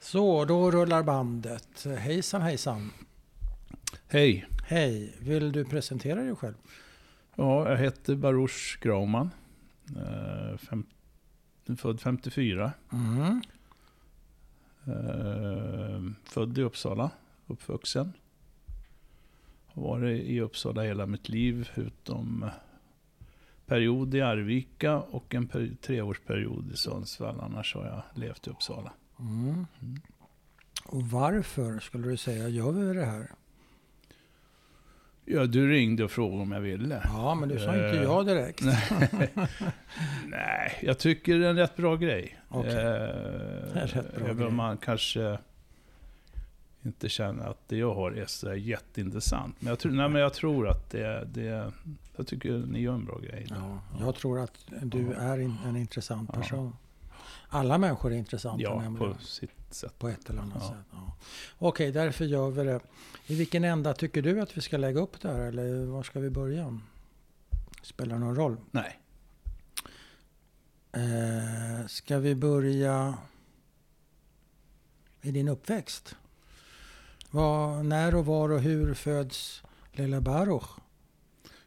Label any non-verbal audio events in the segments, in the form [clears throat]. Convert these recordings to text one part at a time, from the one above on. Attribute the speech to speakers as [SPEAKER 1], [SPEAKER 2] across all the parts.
[SPEAKER 1] Så, då rullar bandet. Hejsan hejsan.
[SPEAKER 2] Hej,
[SPEAKER 1] Hej, vill du presentera dig själv?
[SPEAKER 2] ja, jag heter Baruch Grauman. Eh, fem, född 54.
[SPEAKER 1] Mm.
[SPEAKER 2] Eh, född i Uppsala, uppvuxen. Har varit i Uppsala hela mitt liv, utom period i Arvika och en per, treårsperiod i Sundsvall. Annars har jag levt i Uppsala.
[SPEAKER 1] Mm. Och varför skulle du säga gör vi det här?
[SPEAKER 2] Ja, du ringde och frågade om jag ville.
[SPEAKER 1] Ja, men du sa inte
[SPEAKER 2] Eh,
[SPEAKER 1] ja direkt. [laughs]
[SPEAKER 2] Nej, jag tycker det är en rätt bra grej.
[SPEAKER 1] Okej.
[SPEAKER 2] Eh,
[SPEAKER 1] är rätt bra
[SPEAKER 2] även
[SPEAKER 1] grej.
[SPEAKER 2] om man kanske inte känner att det jag har är så här jätteintressant. Men jag tror, nej, men jag tror att det, det... Jag tycker ni gör en bra grej.
[SPEAKER 1] Ja, jag tror att du är in- en intressant person. Alla människor är intressanta
[SPEAKER 2] Ja,
[SPEAKER 1] nämligen.
[SPEAKER 2] på sitt sätt.
[SPEAKER 1] På ett eller annat
[SPEAKER 2] Ja.
[SPEAKER 1] sätt. Ja. Okej, därför gör vi det. I vilken ända tycker du att vi ska lägga upp det här? Eller var ska vi börja? Spelar det någon roll?
[SPEAKER 2] Nej.
[SPEAKER 1] Eh, ska vi börja i din uppväxt? Vad, när och var och hur föds lilla Baruch?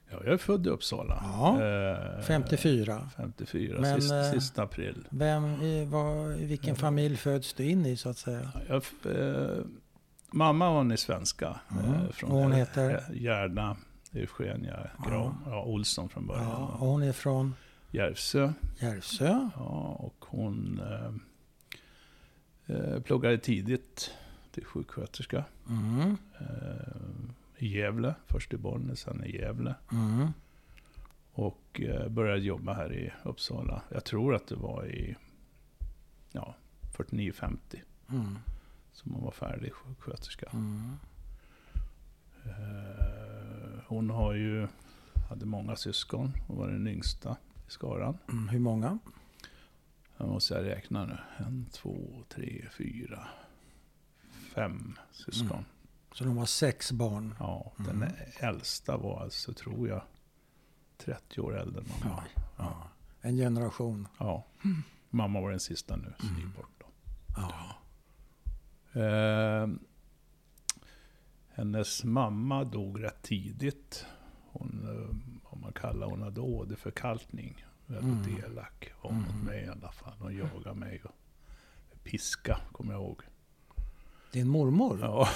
[SPEAKER 2] Ja, jag är född i Uppsala.
[SPEAKER 1] Ja,
[SPEAKER 2] Eh,
[SPEAKER 1] 54.
[SPEAKER 2] 54,
[SPEAKER 1] Men,
[SPEAKER 2] sist,
[SPEAKER 1] eh,
[SPEAKER 2] sista april.
[SPEAKER 1] Vem, i, vad, i vilken
[SPEAKER 2] Mm.
[SPEAKER 1] familj föds du in i så att säga?
[SPEAKER 2] Ja, Jag, eh, mamma hon är svenska.
[SPEAKER 1] Mm.
[SPEAKER 2] Eh, från
[SPEAKER 1] Och hon heter?
[SPEAKER 2] Gärna, Eugenia Graham, ja, Olsson från början.
[SPEAKER 1] Ja,
[SPEAKER 2] och
[SPEAKER 1] och hon är från
[SPEAKER 2] Järvsö.
[SPEAKER 1] Järvsö.
[SPEAKER 2] Ja, och hon eh, eh, pluggade tidigt till sjuksköterska.
[SPEAKER 1] Mm,
[SPEAKER 2] Eh, I Gävle, först i Bollnäs, sen i Gävle.
[SPEAKER 1] mm,
[SPEAKER 2] Och eh, började jobba här i Uppsala. Jag tror att det var i ja, 49-50
[SPEAKER 1] mm,
[SPEAKER 2] som hon var färdig sjuksköterska.
[SPEAKER 1] mm.
[SPEAKER 2] Eh, hon har ju, hade många syskon. Hon var den yngsta i skaran.
[SPEAKER 1] Mm, hur många?
[SPEAKER 2] Jag måste jag räkna nu. En, två, tre, fyra, fem syskon.
[SPEAKER 1] Mm. Så de var sex barn.
[SPEAKER 2] Ja,
[SPEAKER 1] Mm.
[SPEAKER 2] den äldsta var alltså, tror jag, 30 år äldre än mamma.
[SPEAKER 1] Oj, ja. En generation.
[SPEAKER 2] Ja. Mamma var den sista nu, som gick bort då.
[SPEAKER 1] Mm. Ja.
[SPEAKER 2] Eh, hennes mamma dog rätt tidigt. Hon, eh, vad man kallar hon hade åderförkalkning. Väldigt
[SPEAKER 1] Mm.
[SPEAKER 2] elak var hon mot mig i alla fall. Hon jagade mig och piska, kommer jag ihåg.
[SPEAKER 1] Din mormor?
[SPEAKER 2] Ja,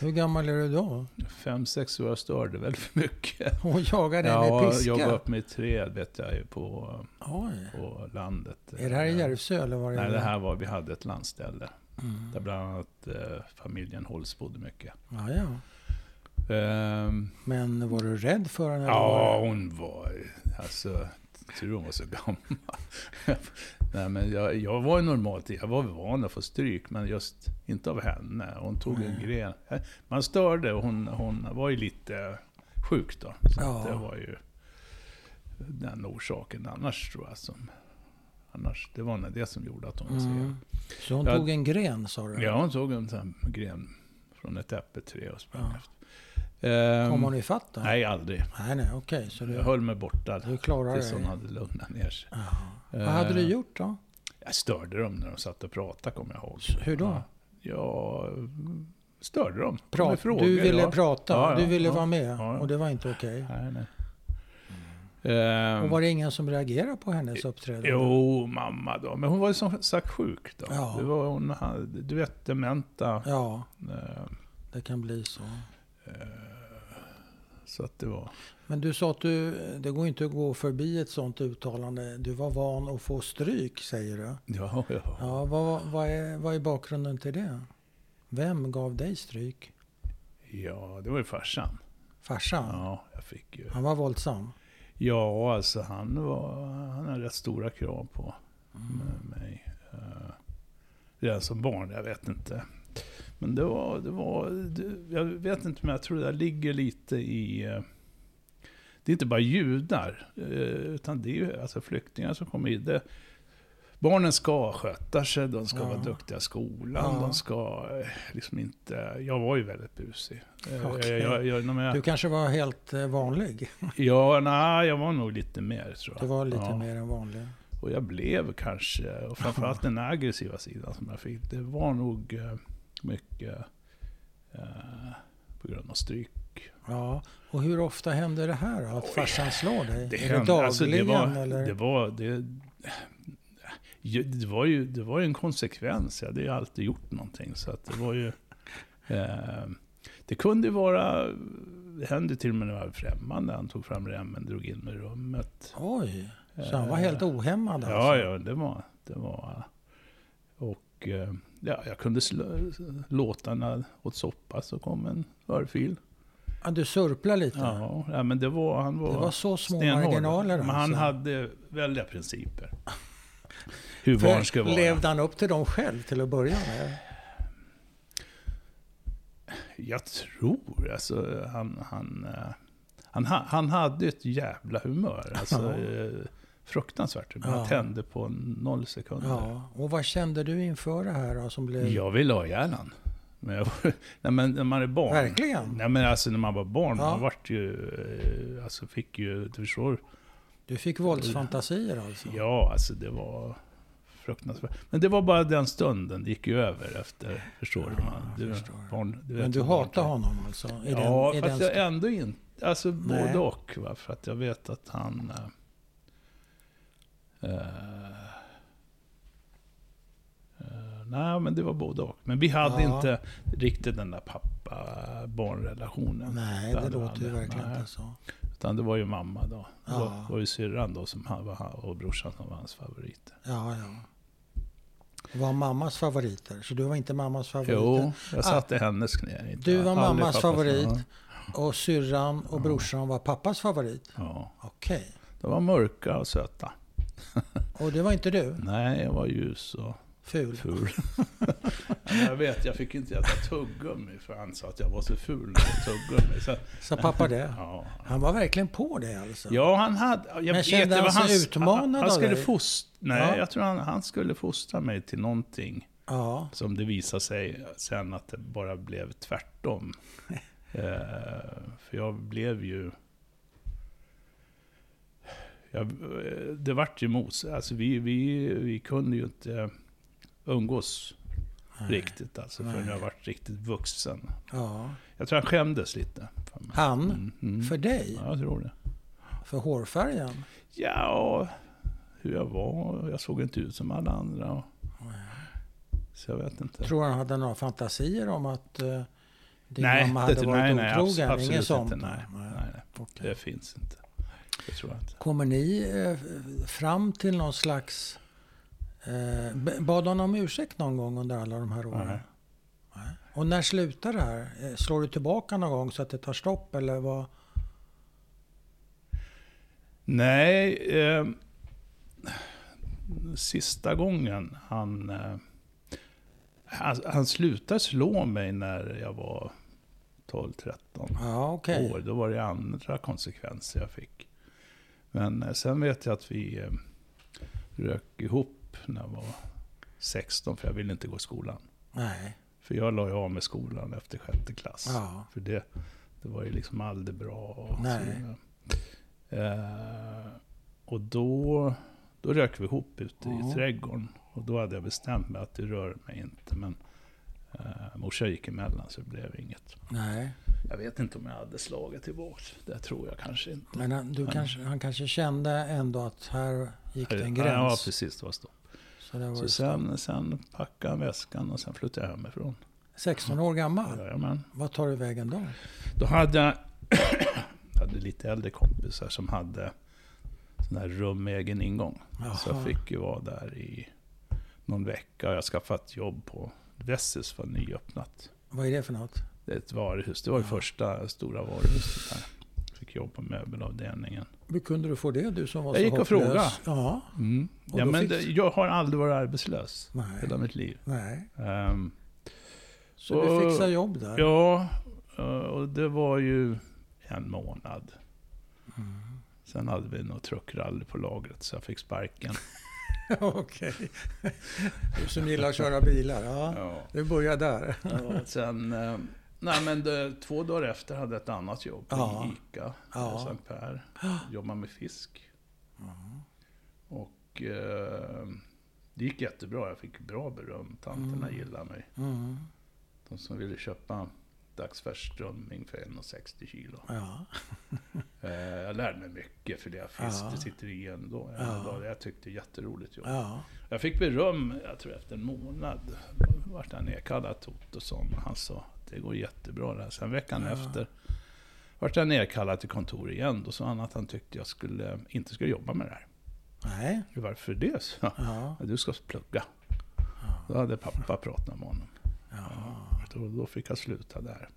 [SPEAKER 1] Hur gammal är du då?
[SPEAKER 2] fem, sex år jag störde väl för mycket.
[SPEAKER 1] Hon jagar dig med
[SPEAKER 2] Ja,
[SPEAKER 1] piska?
[SPEAKER 2] jag var uppe med i träd vet jag ju på,
[SPEAKER 1] Oj.
[SPEAKER 2] på landet.
[SPEAKER 1] Är det här i Järvsö eller var är
[SPEAKER 2] Nej,
[SPEAKER 1] det?
[SPEAKER 2] det här var, vi hade ett landställe.
[SPEAKER 1] Mm.
[SPEAKER 2] Där bland annat eh, familjen Holst bodde mycket.
[SPEAKER 1] Ja, ja.
[SPEAKER 2] Ehm,
[SPEAKER 1] Men var du rädd för henne? eller
[SPEAKER 2] ja,
[SPEAKER 1] var
[SPEAKER 2] hon var... Alltså, tur hon var så gammal. [laughs] Nej, men jag, jag var ju normalt, jag var van att få stryk, men just inte av henne. Hon tog en gren. Eh, Man störde och hon, hon var ju lite sjuk då. Så
[SPEAKER 1] Ja.
[SPEAKER 2] att det var ju den orsaken annars tror jag som... Annars, det var nog det som gjorde att hon var
[SPEAKER 1] det?
[SPEAKER 2] så
[SPEAKER 1] Mm. Så hon
[SPEAKER 2] Ja.
[SPEAKER 1] tog en gren sa du?
[SPEAKER 2] Ja, hon såg en sån här gren från ett äppelträd och sprang
[SPEAKER 1] Ja.
[SPEAKER 2] efter. Ehm,
[SPEAKER 1] Kom hon ifatt då?
[SPEAKER 2] Nej, aldrig.
[SPEAKER 1] Nej, nej, okej. Så
[SPEAKER 2] Jag
[SPEAKER 1] du,
[SPEAKER 2] höll mig borta
[SPEAKER 1] du klarar
[SPEAKER 2] tills hon
[SPEAKER 1] dig?
[SPEAKER 2] hade lugnat ner sig.
[SPEAKER 1] Jaha. Vad hade du
[SPEAKER 2] Ehm,
[SPEAKER 1] gjort då?
[SPEAKER 2] Jag störde dem när de satt och pratade, kommer jag ihåg.
[SPEAKER 1] Hur då?
[SPEAKER 2] Ja, jag störde dem. Kom med
[SPEAKER 1] Prat.
[SPEAKER 2] frågor,
[SPEAKER 1] du ville
[SPEAKER 2] ja.
[SPEAKER 1] prata,
[SPEAKER 2] Ja, ja,
[SPEAKER 1] du ville
[SPEAKER 2] ja.
[SPEAKER 1] vara med
[SPEAKER 2] Ja, ja.
[SPEAKER 1] och det var inte okej.
[SPEAKER 2] Nej, nej. Ehm,
[SPEAKER 1] Mm. Och var det ingen som reagerade på hennes uppträdande?
[SPEAKER 2] Jo, mamma då. Men hon var ju som sagt sjuk då.
[SPEAKER 1] Ja.
[SPEAKER 2] Det var, hon hade, du vet, dementa.
[SPEAKER 1] Ja,
[SPEAKER 2] Ehm,
[SPEAKER 1] det kan bli så.
[SPEAKER 2] så att det var...
[SPEAKER 1] Men du sa att du, det går inte att gå förbi ett sånt uttalande. Du var van att få stryk, säger du.
[SPEAKER 2] Ja, ja.
[SPEAKER 1] Ja, vad, vad, är, vad är bakgrunden till det? Vem gav dig stryk?
[SPEAKER 2] ja, det var ju farsan.
[SPEAKER 1] Farsan?
[SPEAKER 2] Ja, jag fick ju...
[SPEAKER 1] Han var våldsam?
[SPEAKER 2] Ja, alltså han var... Han hade rätt stora krav på
[SPEAKER 1] Mm.
[SPEAKER 2] eh, mig. Eh, Redan som barn, jag vet inte. Men det var... Det var det, jag vet inte, men jag tror det där ligger lite i... eh, Det är inte bara judar, eh, utan det är ju alltså flyktingar som kommer hit. Det, barnen ska sköta sig, de ska
[SPEAKER 1] Ja.
[SPEAKER 2] vara duktiga i skolan,
[SPEAKER 1] Ja.
[SPEAKER 2] de ska eh, liksom inte... Jag var ju väldigt busig. Eh,
[SPEAKER 1] Okej.
[SPEAKER 2] Jag, jag, nej, men jag,
[SPEAKER 1] Du kanske var helt eh, vanlig?
[SPEAKER 2] Ja, nej, jag var nog lite mer tror jag.
[SPEAKER 1] Det var lite
[SPEAKER 2] ja.
[SPEAKER 1] mer än vanlig.
[SPEAKER 2] Och jag blev kanske, och framförallt den aggressiva sidan som jag fick, det var nog eh, mycket eh, på grund av stryk.
[SPEAKER 1] Ja, och hur ofta händer det här då? Att
[SPEAKER 2] Oj.
[SPEAKER 1] farsan slår dig?
[SPEAKER 2] Det
[SPEAKER 1] är
[SPEAKER 2] hände-
[SPEAKER 1] det dagligen
[SPEAKER 2] alltså, det var,
[SPEAKER 1] eller?
[SPEAKER 2] Det var, det, ju- det var ju det var ju en konsekvens. Jag hade ju alltid gjort någonting. Så att det var ju... [laughs] Eh, det kunde ju vara... Det hände till och med när jag var främmande. Han tog fram remmen, drog in mig i rummet.
[SPEAKER 1] Oj, så han var
[SPEAKER 2] Eh,
[SPEAKER 1] helt ohämmad alltså.
[SPEAKER 2] Ja, ja, det var... Det var och eh, ja, jag kunde slå, låtarna åt soppa så kom en örfil.
[SPEAKER 1] ja. Du surplade lite?
[SPEAKER 2] Ja, ja, men det var... Han
[SPEAKER 1] Det var så små
[SPEAKER 2] Stenhård.
[SPEAKER 1] marginaler
[SPEAKER 2] Men
[SPEAKER 1] alltså.
[SPEAKER 2] han hade
[SPEAKER 1] [laughs]
[SPEAKER 2] väldiga principer. Hur
[SPEAKER 1] För
[SPEAKER 2] barn ska vara.
[SPEAKER 1] Levde han upp till dem själv till att börja med?
[SPEAKER 2] Jag tror alltså, han, han, eh, han, ha- han hade ett jävla
[SPEAKER 1] [laughs]
[SPEAKER 2] humör. Alltså,
[SPEAKER 1] Ja.
[SPEAKER 2] eh, Fruktansvärt humör. Han
[SPEAKER 1] Ja.
[SPEAKER 2] tände på noll sekunder.
[SPEAKER 1] Ja, och vad kände du inför det här då, som blev...
[SPEAKER 2] Jag ville ha ihjäl han. men, jag, [laughs] nej, men när man är barn.
[SPEAKER 1] Verkligen?
[SPEAKER 2] Nej, men alltså när man var barn,
[SPEAKER 1] Ja.
[SPEAKER 2] man vart ju, eh, alltså fick ju, du förstår,
[SPEAKER 1] Du fick våldsfantasier alltså?
[SPEAKER 2] Ja, alltså det var fruktansvärt. Men det var bara den stunden, det gick ju över efter, förstår
[SPEAKER 1] Ja,
[SPEAKER 2] du. Man.
[SPEAKER 1] jag
[SPEAKER 2] Du,
[SPEAKER 1] förstår.
[SPEAKER 2] barn, du vet
[SPEAKER 1] Men du
[SPEAKER 2] hur barn
[SPEAKER 1] hatar
[SPEAKER 2] kan-
[SPEAKER 1] honom alltså? I
[SPEAKER 2] ja,
[SPEAKER 1] den, i
[SPEAKER 2] fast
[SPEAKER 1] den...
[SPEAKER 2] jag ändå inte. Alltså
[SPEAKER 1] Nej.
[SPEAKER 2] både och. Va? För att jag vet att han... eh, eh, nej, men det var både och. Men vi hade
[SPEAKER 1] Ja.
[SPEAKER 2] inte riktigt den där pappa-barnrelationen.
[SPEAKER 1] Nej, det
[SPEAKER 2] hade
[SPEAKER 1] låter ju
[SPEAKER 2] han.
[SPEAKER 1] verkligen
[SPEAKER 2] Nej.
[SPEAKER 1] inte så.
[SPEAKER 2] Utan det var ju mamma då. Det var,
[SPEAKER 1] Ja.
[SPEAKER 2] var ju syrran då som han var, han- och brorsan som var hans favoriter.
[SPEAKER 1] Ja, ja. Var mammas favoriter, så du var inte mammas favorit? Ah.
[SPEAKER 2] Jo, jag satt i hennes knä. inte-
[SPEAKER 1] Du var
[SPEAKER 2] aldrig
[SPEAKER 1] mammas
[SPEAKER 2] pappas.
[SPEAKER 1] favorit.
[SPEAKER 2] Ja,
[SPEAKER 1] Och syrran och brorsan var pappas favorit?
[SPEAKER 2] Ja,
[SPEAKER 1] Okej.
[SPEAKER 2] de var mörka och söta.
[SPEAKER 1] Och det var inte du?
[SPEAKER 2] Nej, jag var ljus och
[SPEAKER 1] Ful?
[SPEAKER 2] ful. [laughs] Men jag vet, jag fick inte äta tuggummi för han sa att jag var så ful när jag åt tuggummi. Så,
[SPEAKER 1] Sa pappa det?
[SPEAKER 2] [laughs] ja.
[SPEAKER 1] Han var verkligen på det alltså?
[SPEAKER 2] ja, han hade... Jag
[SPEAKER 1] Men kände
[SPEAKER 2] det
[SPEAKER 1] han
[SPEAKER 2] var
[SPEAKER 1] sig
[SPEAKER 2] hans-
[SPEAKER 1] utmanad
[SPEAKER 2] han, han
[SPEAKER 1] av
[SPEAKER 2] skulle
[SPEAKER 1] dig?
[SPEAKER 2] fost, Nej,
[SPEAKER 1] Ja.
[SPEAKER 2] jag tror han, han skulle fostra mig till någonting
[SPEAKER 1] Ja.
[SPEAKER 2] som det visade sig sen att det bara blev
[SPEAKER 1] [laughs]
[SPEAKER 2] tvärtom. eh, för jag blev ju... Jag, eh, det vart ju mos. Alltså vi, vi, vi kunde ju inte umgås riktigt alltså, förrän jag vart riktigt vuxen.
[SPEAKER 1] ja.
[SPEAKER 2] Jag tror han skämdes lite. för mig.
[SPEAKER 1] Han?
[SPEAKER 2] Mm, mm.
[SPEAKER 1] För dig?
[SPEAKER 2] Ja, jag tror det.
[SPEAKER 1] För hårfärgen?
[SPEAKER 2] Ja, hur jag var. Jag såg inte ut som alla andra. och- Så jag vet inte.
[SPEAKER 1] Tror han hade några fantasier om att eh, din
[SPEAKER 2] nej,
[SPEAKER 1] mamma hade
[SPEAKER 2] det,
[SPEAKER 1] varit
[SPEAKER 2] nej, nej,
[SPEAKER 1] otrogen?
[SPEAKER 2] abs- absolut
[SPEAKER 1] Inget sånt?
[SPEAKER 2] Inte, nej, nej, nej,
[SPEAKER 1] okej.
[SPEAKER 2] det finns inte. Det tror jag inte.
[SPEAKER 1] Kommer ni eh, f- fram till någon slags... Eh, b- bad han om ursäkt någon gång under alla de här åren?
[SPEAKER 2] Nej.
[SPEAKER 1] Nej. Och när slutar det här? Eh, Slår du tillbaka någon gång så att det tar stopp eller vad?
[SPEAKER 2] Nej, eh, sista gången han, eh, han... Han slutade slå mig när jag var 12-13
[SPEAKER 1] Ja, okej.
[SPEAKER 2] år. Då var det andra konsekvenser jag fick. Men eh, sen vet jag att vi eh, rök ihop när jag var 16, för jag ville inte gå i skolan.
[SPEAKER 1] Nej.
[SPEAKER 2] För jag la ju av med skolan efter sjätte klass.
[SPEAKER 1] Ja.
[SPEAKER 2] För det, det var ju liksom aldrig bra. Och, så
[SPEAKER 1] Nej.
[SPEAKER 2] vidare. eh, och då, då rök vi ihop ute
[SPEAKER 1] Ja.
[SPEAKER 2] i trädgården. Och då hade jag bestämt mig att det rör mig inte. Men eh, morsan gick emellan så det blev inget.
[SPEAKER 1] Nej.
[SPEAKER 2] Jag vet inte om jag hade slagit tillbaks. Det tror jag kanske inte.
[SPEAKER 1] Men han, du kanske, han kanske kände ändå att här gick det en
[SPEAKER 2] Ja,
[SPEAKER 1] gräns.
[SPEAKER 2] precis. Det var stopp.
[SPEAKER 1] så det var
[SPEAKER 2] Så sen, sen packade han väskan och sen flyttade jag hemifrån.
[SPEAKER 1] 16 år gammal.
[SPEAKER 2] Jajamän.
[SPEAKER 1] Vad tar du vägen då?
[SPEAKER 2] Då hade jag [coughs] jag hade lite äldre kompisar som hade sådana här rum med egen ingång. Så jag
[SPEAKER 1] Jaha.
[SPEAKER 2] fick ju vara där i någon vecka och jag skaffade ett jobb på Wessis var nyöppnat.
[SPEAKER 1] Vad är det för något?
[SPEAKER 2] Det är ett varuhus. Det var ju
[SPEAKER 1] Ja.
[SPEAKER 2] första stora varuhuset där. Fick jobb på möbelavdelningen.
[SPEAKER 1] Hur kunde du få det du som var
[SPEAKER 2] Jag
[SPEAKER 1] så
[SPEAKER 2] gick och
[SPEAKER 1] hopplös?
[SPEAKER 2] frågade.
[SPEAKER 1] Ja.
[SPEAKER 2] Mm.
[SPEAKER 1] Och
[SPEAKER 2] Ja,
[SPEAKER 1] då
[SPEAKER 2] men
[SPEAKER 1] fick-
[SPEAKER 2] det, jag har aldrig varit arbetslös
[SPEAKER 1] Nej.
[SPEAKER 2] hela mitt liv.
[SPEAKER 1] Nej.
[SPEAKER 2] Ehm,
[SPEAKER 1] Så du
[SPEAKER 2] Och-
[SPEAKER 1] fixar jobb där?
[SPEAKER 2] Ja, eh, och det var ju en månad.
[SPEAKER 1] Mm.
[SPEAKER 2] Sen hade vi något truckrally på lagret så jag fick sparken.
[SPEAKER 1] [laughs] Okej. Du som gillar att köra bilar. Ja.
[SPEAKER 2] Ja.
[SPEAKER 1] Du börjar där.
[SPEAKER 2] Och sen, eh, nej men det, två dagar efter hade jag ett annat jobb på
[SPEAKER 1] Ja.
[SPEAKER 2] Ica,
[SPEAKER 1] Ja. Mm.
[SPEAKER 2] Sankt Per. Jobbade med fisk. Och Och eh, det gick jättebra. Jag fick bra beröm. Tanterna
[SPEAKER 1] Mm.
[SPEAKER 2] gillade mig.
[SPEAKER 1] Mm.
[SPEAKER 2] De som ville köpa dagsfärsk strömming för 1,60 kilo.
[SPEAKER 1] Ja.
[SPEAKER 2] Eh, jag lärde mig mycket för det. Fisk,
[SPEAKER 1] Ja.
[SPEAKER 2] det sitter i en dag.
[SPEAKER 1] Ja.
[SPEAKER 2] En dag. Jag tyckte det var jätteroligt jobb.
[SPEAKER 1] ja.
[SPEAKER 2] Jag fick beröm, jag tror efter en månad, vart jag nedkallad till Ottosson. Han sa det går jättebra det här. Sen veckan
[SPEAKER 1] Ja.
[SPEAKER 2] efter vart jag nedkallad till kontor igen. Då sa han att han tyckte jag skulle, inte skulle jobba med det här.
[SPEAKER 1] Nej.
[SPEAKER 2] Varför det? sa jag.
[SPEAKER 1] Ja.
[SPEAKER 2] Du ska plugga. Då hade pappa pratat med honom.
[SPEAKER 1] ja.
[SPEAKER 2] Då, då fick jag sluta där.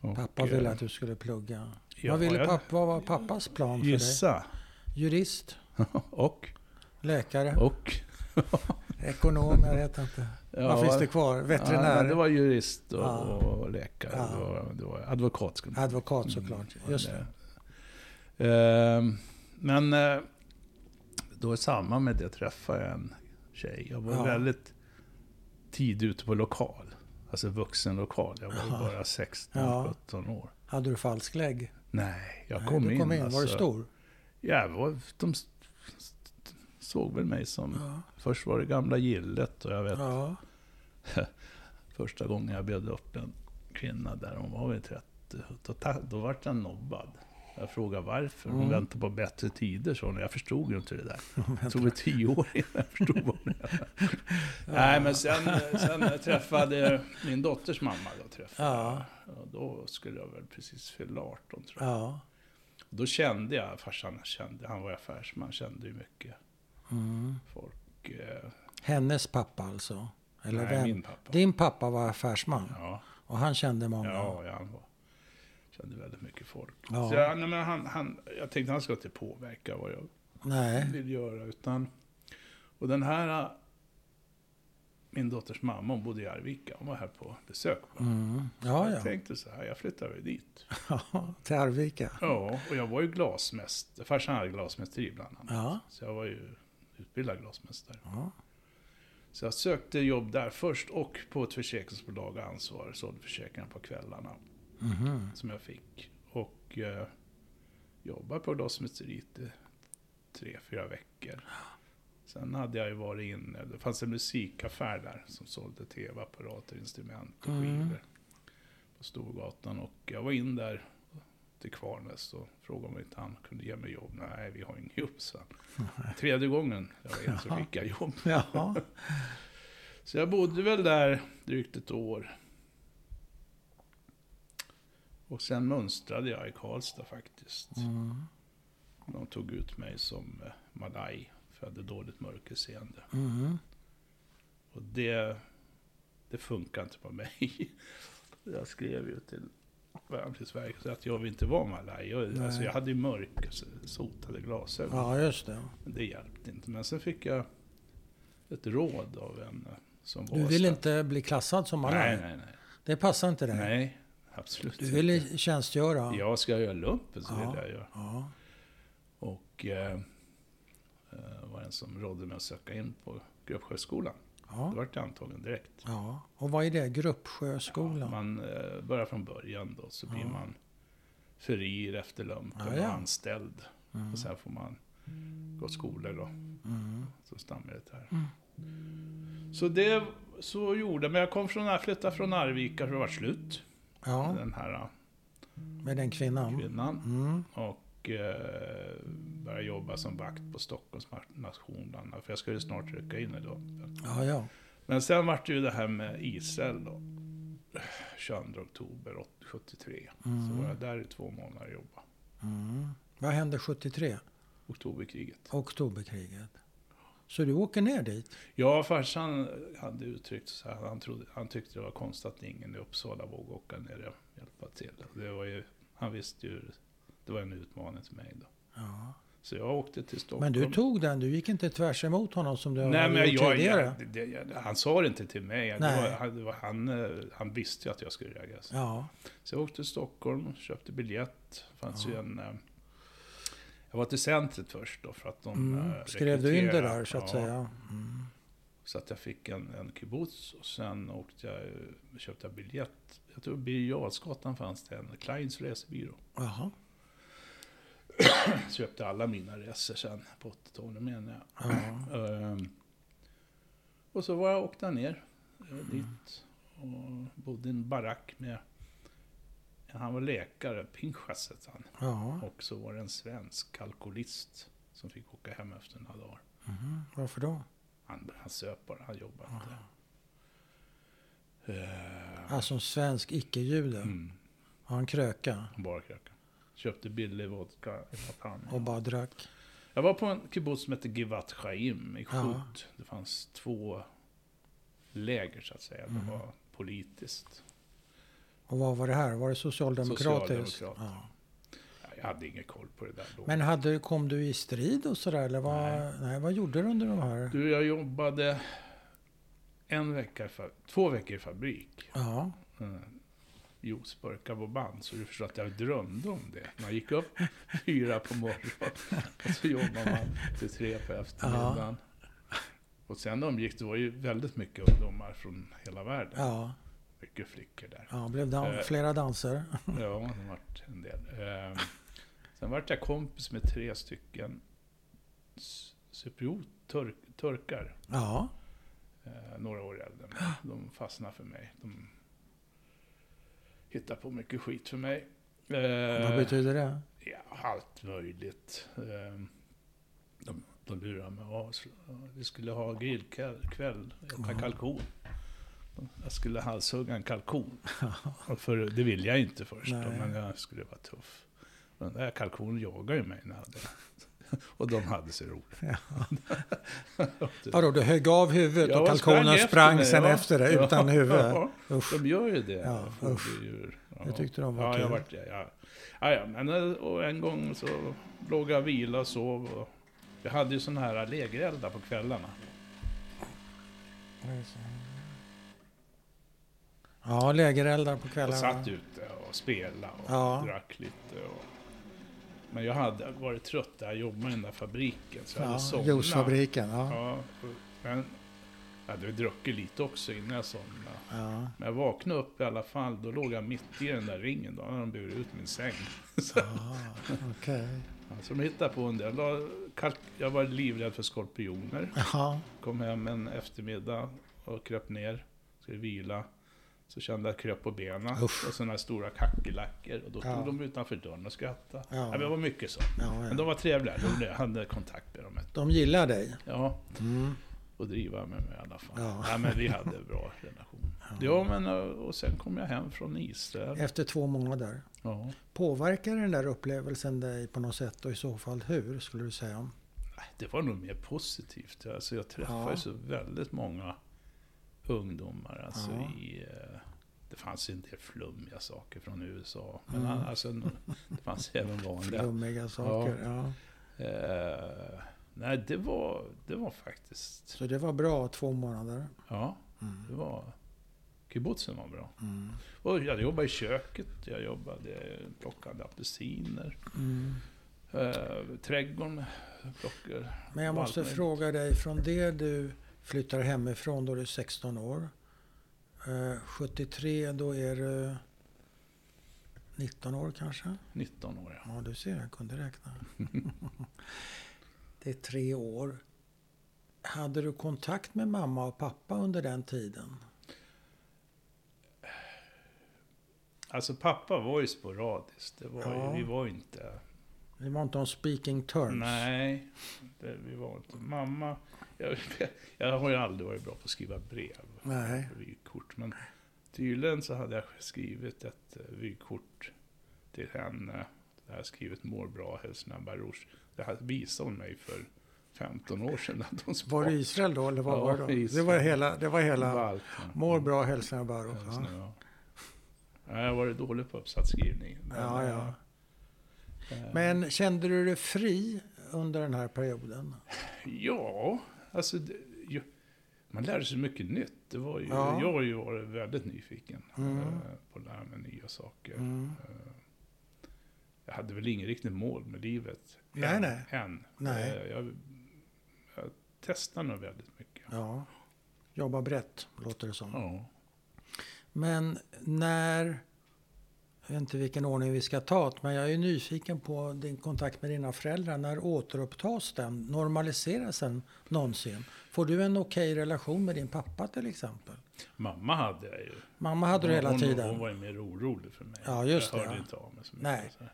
[SPEAKER 2] Och,
[SPEAKER 1] Pappa
[SPEAKER 2] eh,
[SPEAKER 1] ville att du skulle plugga.
[SPEAKER 2] ja,
[SPEAKER 1] vad, ville
[SPEAKER 2] jag-
[SPEAKER 1] pappa, vad var pappas plan för
[SPEAKER 2] Gissa. [laughs]
[SPEAKER 1] dig? Jurist?
[SPEAKER 2] och,
[SPEAKER 1] Läkare?
[SPEAKER 2] och.
[SPEAKER 1] Ekonom? Jag vet inte.
[SPEAKER 2] [laughs]
[SPEAKER 1] Vad finns det kvar?
[SPEAKER 2] Ja,
[SPEAKER 1] Veterinär?
[SPEAKER 2] men det var jurist och,
[SPEAKER 1] Ja.
[SPEAKER 2] och läkare.
[SPEAKER 1] Ja.
[SPEAKER 2] Det var, det var advokat skulle man
[SPEAKER 1] Advokat såklart.
[SPEAKER 2] Mm,
[SPEAKER 1] Just
[SPEAKER 2] och
[SPEAKER 1] det.
[SPEAKER 2] Ehm, Men eh, då i samband med det träffade jag en tjej. Jag var
[SPEAKER 1] Ja.
[SPEAKER 2] väldigt tidigt ute på lokal. Alltså vuxen lokal. Jag var ju
[SPEAKER 1] Ja.
[SPEAKER 2] bara 16,
[SPEAKER 1] Ja.
[SPEAKER 2] 17 år.
[SPEAKER 1] Hade du falsk lägg?
[SPEAKER 2] Nej, jag
[SPEAKER 1] Nej,
[SPEAKER 2] kom,
[SPEAKER 1] du kom in.
[SPEAKER 2] Alltså,
[SPEAKER 1] Var du stor?
[SPEAKER 2] Ja, jag var, de s- s- såg väl mig som...
[SPEAKER 1] Ja.
[SPEAKER 2] Först var det gamla gillet och jag vet
[SPEAKER 1] ja.
[SPEAKER 2] första gången jag bjöd upp en kvinna där, hon var väl 30, då, ta- då vart jag nobbad. Jag frågade varför. Hon
[SPEAKER 1] Mm.
[SPEAKER 2] väntade på bättre tider, sa hon. Jag förstod ju inte det
[SPEAKER 1] [laughs]
[SPEAKER 2] där. Det tog väl tio år innan jag förstod vad hon menade. Nej, men sen, sen träffade min dotters mamma. Då, träffade.
[SPEAKER 1] Ja.
[SPEAKER 2] jag. Och då skulle jag väl precis fylla 18, tror jag.
[SPEAKER 1] Ja.
[SPEAKER 2] Då kände jag, farsan han kände, han var affärsman, kände ju mycket
[SPEAKER 1] Mm.
[SPEAKER 2] folk. eh,
[SPEAKER 1] Hennes pappa alltså? Eller
[SPEAKER 2] nej,
[SPEAKER 1] vem?
[SPEAKER 2] min pappa.
[SPEAKER 1] Din pappa var affärsman
[SPEAKER 2] Ja,
[SPEAKER 1] och han kände många?
[SPEAKER 2] ja, ja, han var, kände väldigt mycket folk.
[SPEAKER 1] Ja.
[SPEAKER 2] Så jag, nej, men han, han, jag tänkte han ska inte påverka vad jag
[SPEAKER 1] Nej.
[SPEAKER 2] vill göra. Utan, och den här, äh, min dotters mamma, hon bodde i Arvika. Hon var här på besök. va?
[SPEAKER 1] Mm. Ja,
[SPEAKER 2] Jag
[SPEAKER 1] ja.
[SPEAKER 2] tänkte så här, jag flyttar väl dit.
[SPEAKER 1] [laughs] ja. Till Arvika?
[SPEAKER 2] Ja, och jag var ju glasmästare. Farsan hade glasmästeri bland annat.
[SPEAKER 1] Ja.
[SPEAKER 2] Så jag var ju utbildad glasmästare.
[SPEAKER 1] ja.
[SPEAKER 2] Så jag sökte jobb där först och på ett försäkringsbolag och ansvar. Sålde försäkringar på kvällarna.
[SPEAKER 1] Mhm.
[SPEAKER 2] som jag fick. Och eh, jobbade på glasmästeriet i tre, fyra veckor. Sen hade jag ju varit inne, det fanns en musikaffär där som sålde tv-apparater, instrument och skivor.
[SPEAKER 1] Mm.
[SPEAKER 2] På Storgatan och jag var in där till Kvarnäs och frågade om inte han kunde ge mig jobb. Nej, vi har ingen jobb, så. Tredje gången jag var in så
[SPEAKER 1] Jaha.
[SPEAKER 2] fick jag
[SPEAKER 1] [laughs]
[SPEAKER 2] jobb.
[SPEAKER 1] Ja.
[SPEAKER 2] Så jag bodde väl där drygt ett år. Och sen mönstrade jag i Karlstad faktiskt.
[SPEAKER 1] Mm.
[SPEAKER 2] De tog ut mig som eh, malaj, för jag hade dåligt mörkerseende.
[SPEAKER 1] Mm.
[SPEAKER 2] Och det, det funkar inte på mig. [laughs] Jag skrev ju till Värnpliktsverket att jag vill inte vara malaj. Jag,
[SPEAKER 1] Nej.
[SPEAKER 2] alltså jag hade ju mörkersotade glasögon.
[SPEAKER 1] Ja, just det.
[SPEAKER 2] Men det hjälpte inte. Men sen fick jag ett råd av en eh, som var...
[SPEAKER 1] Du vill
[SPEAKER 2] så-
[SPEAKER 1] inte bli klassad som
[SPEAKER 2] Nej,
[SPEAKER 1] malaj?
[SPEAKER 2] nej, nej.
[SPEAKER 1] Det passar inte dig?
[SPEAKER 2] Nej, absolut
[SPEAKER 1] Du ville
[SPEAKER 2] inte.
[SPEAKER 1] tjänstgöra?
[SPEAKER 2] Ja, ska jag göra lumpen så
[SPEAKER 1] Ja.
[SPEAKER 2] vill jag göra.
[SPEAKER 1] Ja.
[SPEAKER 2] Och eh, eh, var en som rådde mig att söka in på Grövsjöskolan. Då
[SPEAKER 1] Ja.
[SPEAKER 2] vart jag antagen direkt.
[SPEAKER 1] ja. Och vad är det? Gruppsjöskolan?
[SPEAKER 2] Man eh, börjar från början då, så blir
[SPEAKER 1] Ja.
[SPEAKER 2] man furir efter lumpen
[SPEAKER 1] Ja, ja.
[SPEAKER 2] och anställd.
[SPEAKER 1] Mm.
[SPEAKER 2] Och sen får man gå skolor då,
[SPEAKER 1] Mm.
[SPEAKER 2] som stammirättär.
[SPEAKER 1] Mm.
[SPEAKER 2] Så det så gjorde Men jag kom från, flyttade från Arvika för det var slut med
[SPEAKER 1] Ja,
[SPEAKER 2] den här
[SPEAKER 1] med den
[SPEAKER 2] eh,
[SPEAKER 1] kvinnan?
[SPEAKER 2] kvinnan.
[SPEAKER 1] Mm.
[SPEAKER 2] och eh, började jobba som vakt på Stockholms nationsbana. För jag skulle snart rycka in i lumpen.
[SPEAKER 1] Ja, ja.
[SPEAKER 2] Men sen vart det ju det här med Israel då. 22 oktober 73. Så var jag
[SPEAKER 1] Mm.
[SPEAKER 2] där i två månader och jobbade.
[SPEAKER 1] Mm. Vad hände 73?
[SPEAKER 2] Oktoberkriget.
[SPEAKER 1] Oktoberkriget. Så du åker ner dit?
[SPEAKER 2] Ja, farsan hade uttryckt så här. Han, trodde, han tyckte det var konstigt att ingen i Uppsala vågade åka ner och hjälpa till. Det var ju, han visste ju, det var en utmaning till mig då.
[SPEAKER 1] Ja.
[SPEAKER 2] Så jag åkte till
[SPEAKER 1] Men
[SPEAKER 2] Stockholm.
[SPEAKER 1] du tog den, du gick inte tvärs emot honom som du har
[SPEAKER 2] Nej, men
[SPEAKER 1] gjort
[SPEAKER 2] jag,
[SPEAKER 1] tidigare?
[SPEAKER 2] jag, det, jag, han sa det inte till mig. Det
[SPEAKER 1] Nej.
[SPEAKER 2] var, han, det var, han, eh, han visste ju att jag skulle reagera. Så.
[SPEAKER 1] Ja,
[SPEAKER 2] så jag åkte till Stockholm, köpte biljett. fanns
[SPEAKER 1] Ja.
[SPEAKER 2] ju en... eh, Jag var till centret först då för att de
[SPEAKER 1] mm.
[SPEAKER 2] eh,
[SPEAKER 1] skrev du in det
[SPEAKER 2] rekryterar.
[SPEAKER 1] där så att
[SPEAKER 2] Ja,
[SPEAKER 1] säga? Mm.
[SPEAKER 2] Så att jag fick en, en kibbutz och sen åkte jag, eh, köpte jag biljett. Jag tror Birger Jarlsgatan fanns det en, Kleins resebyrå.
[SPEAKER 1] Jaha.
[SPEAKER 2] köpte alla mina resor sen på 80-talet menar jag.
[SPEAKER 1] Ja.
[SPEAKER 2] Ehm, och så var jag åkte ner eh, dit och bodde i en barack med... Han var läkare, Pinchas hette han.
[SPEAKER 1] ja.
[SPEAKER 2] Och så var det en svensk alkoholist som fick åka hem efter några dagar.
[SPEAKER 1] Mhm. Varför då?
[SPEAKER 2] Han, han söp bara, han jobbade inte. Eh,
[SPEAKER 1] Alltså en svensk icke-jude.
[SPEAKER 2] mm,
[SPEAKER 1] Har han kröka
[SPEAKER 2] han bara krökade. Köpte billig vodka i Patan.
[SPEAKER 1] och bara drack.
[SPEAKER 2] Jag var på en kibbutz som hette Givat Chaim i Chud.
[SPEAKER 1] Ja.
[SPEAKER 2] Det fanns två läger så att säga.
[SPEAKER 1] Mm.
[SPEAKER 2] Det var politiskt.
[SPEAKER 1] Och vad var det här? Var det socialdemokratiskt?
[SPEAKER 2] Socialdemokrat.
[SPEAKER 1] Ja.
[SPEAKER 2] Jag hade ingen koll på det där då.
[SPEAKER 1] Men hade, kom du i strid och sådär? Eller vad, nej.
[SPEAKER 2] Nej.
[SPEAKER 1] vad gjorde du under de här?
[SPEAKER 2] Du, jag jobbade en vecka, i fa- två veckor i fabrik.
[SPEAKER 1] Ja.
[SPEAKER 2] Eh, Juiceburkar på band. Så du förstår att jag drömde om det. Man gick upp fyra på morgonen. Och så jobbade man till tre på eftermiddagen. Och sen omgick det var ju väldigt mycket ungdomar från hela världen.
[SPEAKER 1] Ja.
[SPEAKER 2] Mycket flickor där.
[SPEAKER 1] ja blev dan-
[SPEAKER 2] Eh.
[SPEAKER 1] flera danser.
[SPEAKER 2] Ja, det har varit en del. Ehm, sen vart jag kompis med tre stycken s- cypriot turk, turkar.
[SPEAKER 1] Ja.
[SPEAKER 2] Eh, några år äldre. än mig.
[SPEAKER 1] [gasps]
[SPEAKER 2] De fastnade för mig. De hittade på mycket skit för mig.
[SPEAKER 1] Vad
[SPEAKER 2] Eh,
[SPEAKER 1] betyder det?
[SPEAKER 2] ja, allt möjligt. Ehm, de, de lurade mig. Ja, så- ja, vi skulle ha grillkväll, kväll, äta
[SPEAKER 1] Ja.
[SPEAKER 2] kalkon. Jag skulle halshugga en kalkon.
[SPEAKER 1] [laughs]
[SPEAKER 2] Och för, det ville jag inte först, då,
[SPEAKER 1] Nej.
[SPEAKER 2] men jag skulle vara tuff. Den där kalkonen jagade ju mig när jag hade [laughs] Och de hade så roligt.
[SPEAKER 1] [laughs] Vadå, du högg av huvudet
[SPEAKER 2] Ja,
[SPEAKER 1] och kalkonen
[SPEAKER 2] efter
[SPEAKER 1] sprang
[SPEAKER 2] mig,
[SPEAKER 1] sen
[SPEAKER 2] ja.
[SPEAKER 1] efter det
[SPEAKER 2] [laughs] Ja,
[SPEAKER 1] utan huvud.
[SPEAKER 2] ja,
[SPEAKER 1] Usch.
[SPEAKER 2] de gör ju det.
[SPEAKER 1] Ja,
[SPEAKER 2] fågeldjur. Ja.
[SPEAKER 1] Jag tyckte de var
[SPEAKER 2] ja, jag
[SPEAKER 1] kul.
[SPEAKER 2] vart, ja, ja. Ja, ja, men eh, och en gång så låg jag och vilade och sov. Och jag hade ju sådana här lägereldar på kvällarna.
[SPEAKER 1] Ja, lägereldar på
[SPEAKER 2] Jag
[SPEAKER 1] kvällarna.
[SPEAKER 2] satt ute och spelade och
[SPEAKER 1] Ja.
[SPEAKER 2] drack lite. Och... Men jag hade varit trött, jag jobbade i den där fabriken. Så jag hade
[SPEAKER 1] Ja,
[SPEAKER 2] somnat.
[SPEAKER 1] juicefabriken. Ja.
[SPEAKER 2] Ja, men jag hade druckit lite också innan jag somnade.
[SPEAKER 1] Ja.
[SPEAKER 2] Men jag vaknade upp i alla fall, då låg jag mitt i den där ringen. Då hade de burit ut min säng. Så,
[SPEAKER 1] Ah, Okej.
[SPEAKER 2] så Alltså, de hittade på en del. La- kalk- Jag var livrädd för skorpioner.
[SPEAKER 1] Ja.
[SPEAKER 2] Kom hem en eftermiddag och kröp ner. Skulle vila. Så kände jag att jag kröp på benen.
[SPEAKER 1] Usch.
[SPEAKER 2] Och sådana här stora kackerlackor. Och då stod
[SPEAKER 1] Ja.
[SPEAKER 2] de utanför dörren och skrattade.
[SPEAKER 1] Ja.
[SPEAKER 2] Ja. men det var mycket så.
[SPEAKER 1] Ja,
[SPEAKER 2] Men de
[SPEAKER 1] ja.
[SPEAKER 2] var trevliga, roliga. Jag hade kontakt med dem.
[SPEAKER 1] De gillar dig.
[SPEAKER 2] Ja,
[SPEAKER 1] Mm.
[SPEAKER 2] och driva med mig i alla fall.
[SPEAKER 1] Ja.
[SPEAKER 2] Ja. men vi hade en bra relation. Ja, men eh, och sen kom jag hem från Israel.
[SPEAKER 1] Efter två månader.
[SPEAKER 2] Ja.
[SPEAKER 1] Påverkar den där upplevelsen dig på något sätt och i så fall hur skulle du säga?
[SPEAKER 2] Det var nog mer positivt. Alltså, jag träffade
[SPEAKER 1] Ja.
[SPEAKER 2] så väldigt många ungdomar. Alltså,
[SPEAKER 1] Ja.
[SPEAKER 2] i, eh, det fanns ju en del flummiga saker från USA. Men
[SPEAKER 1] Mm.
[SPEAKER 2] alltså,
[SPEAKER 1] [laughs]
[SPEAKER 2] det fanns även vanliga.
[SPEAKER 1] Flummiga saker. Ja.
[SPEAKER 2] Eh, nej, det var, det var faktiskt...
[SPEAKER 1] Så det var bra två månader.
[SPEAKER 2] Ja,
[SPEAKER 1] Mm.
[SPEAKER 2] det var... Kibbutzen var bra.
[SPEAKER 1] Mm.
[SPEAKER 2] Och jag jobbade i köket, jag jobbade, plockade apelsiner.
[SPEAKER 1] Mm.
[SPEAKER 2] Eh, trädgården plockar.
[SPEAKER 1] Men jag
[SPEAKER 2] Och
[SPEAKER 1] måste
[SPEAKER 2] allt möjligt.
[SPEAKER 1] fråga dig, från det du flyttar hemifrån då du är 16 år. Eh, 73 då är du 19 år kanske?
[SPEAKER 2] 19 år ja.
[SPEAKER 1] Ja, du ser, jag kunde
[SPEAKER 2] [laughs]
[SPEAKER 1] räkna. det är tre år. Hade du kontakt med mamma och pappa under den tiden?
[SPEAKER 2] Alltså pappa var ju sporadiskt. Det var
[SPEAKER 1] Ja.
[SPEAKER 2] ju, vi var ju inte...
[SPEAKER 1] Det var inte on speaking terms?
[SPEAKER 2] Nej, det, vi var inte... Mamma... Jag, [laughs] jag har ju aldrig varit bra på att skriva brev
[SPEAKER 1] Nej.
[SPEAKER 2] och vykort. Men tydligen så hade jag skrivit ett eh, vykort till henne. Jag hade skrivit mår bra, hälsningar Baruch. Det här visade hon mig för 15 år sedan. Att hon
[SPEAKER 1] Var det Israel då? Eller vad
[SPEAKER 2] Ja,
[SPEAKER 1] var det då? Det
[SPEAKER 2] Israel.
[SPEAKER 1] var hela... Det var hela
[SPEAKER 2] Balkan.
[SPEAKER 1] mår bra, hälsningar Baro.
[SPEAKER 2] Ja,
[SPEAKER 1] Ja.
[SPEAKER 2] snö, ja. Ja, jag har varit dålig på uppsatsskrivning. men,
[SPEAKER 1] Ja, ja.
[SPEAKER 2] eh,
[SPEAKER 1] Men kände du dig fri under den här perioden?
[SPEAKER 2] Ja, alltså... Det, ju, man lärde sig mycket nytt. Det var ju,
[SPEAKER 1] Ja.
[SPEAKER 2] Jag har ju varit väldigt nyfiken
[SPEAKER 1] Mm.
[SPEAKER 2] eh, på att lära mig nya saker.
[SPEAKER 1] Mm.
[SPEAKER 2] Eh, jag hade väl inget riktigt mål med livet.
[SPEAKER 1] Nej,
[SPEAKER 2] än,
[SPEAKER 1] nej.
[SPEAKER 2] Än.
[SPEAKER 1] Nej.
[SPEAKER 2] Eh, jag, jag testar nog väldigt mycket.
[SPEAKER 1] Ja. Jobba brett, låter det som.
[SPEAKER 2] Ja.
[SPEAKER 1] Men när Jag vet inte vilken ordning vi ska ta det, men jag är nyfiken på din kontakt med dina föräldrar. När återupptas den? Normaliseras den någonsin? Får du en okej relation med din pappa till exempel?
[SPEAKER 2] Mamma hade jag ju.
[SPEAKER 1] Mamma hade du
[SPEAKER 2] Hon-
[SPEAKER 1] hela
[SPEAKER 2] hon,
[SPEAKER 1] tiden.
[SPEAKER 2] Hon var ju mer orolig för mig.
[SPEAKER 1] Ja, just
[SPEAKER 2] jag
[SPEAKER 1] det,
[SPEAKER 2] hörde
[SPEAKER 1] ja.
[SPEAKER 2] inte av mig så mycket.
[SPEAKER 1] Nej.
[SPEAKER 2] Så.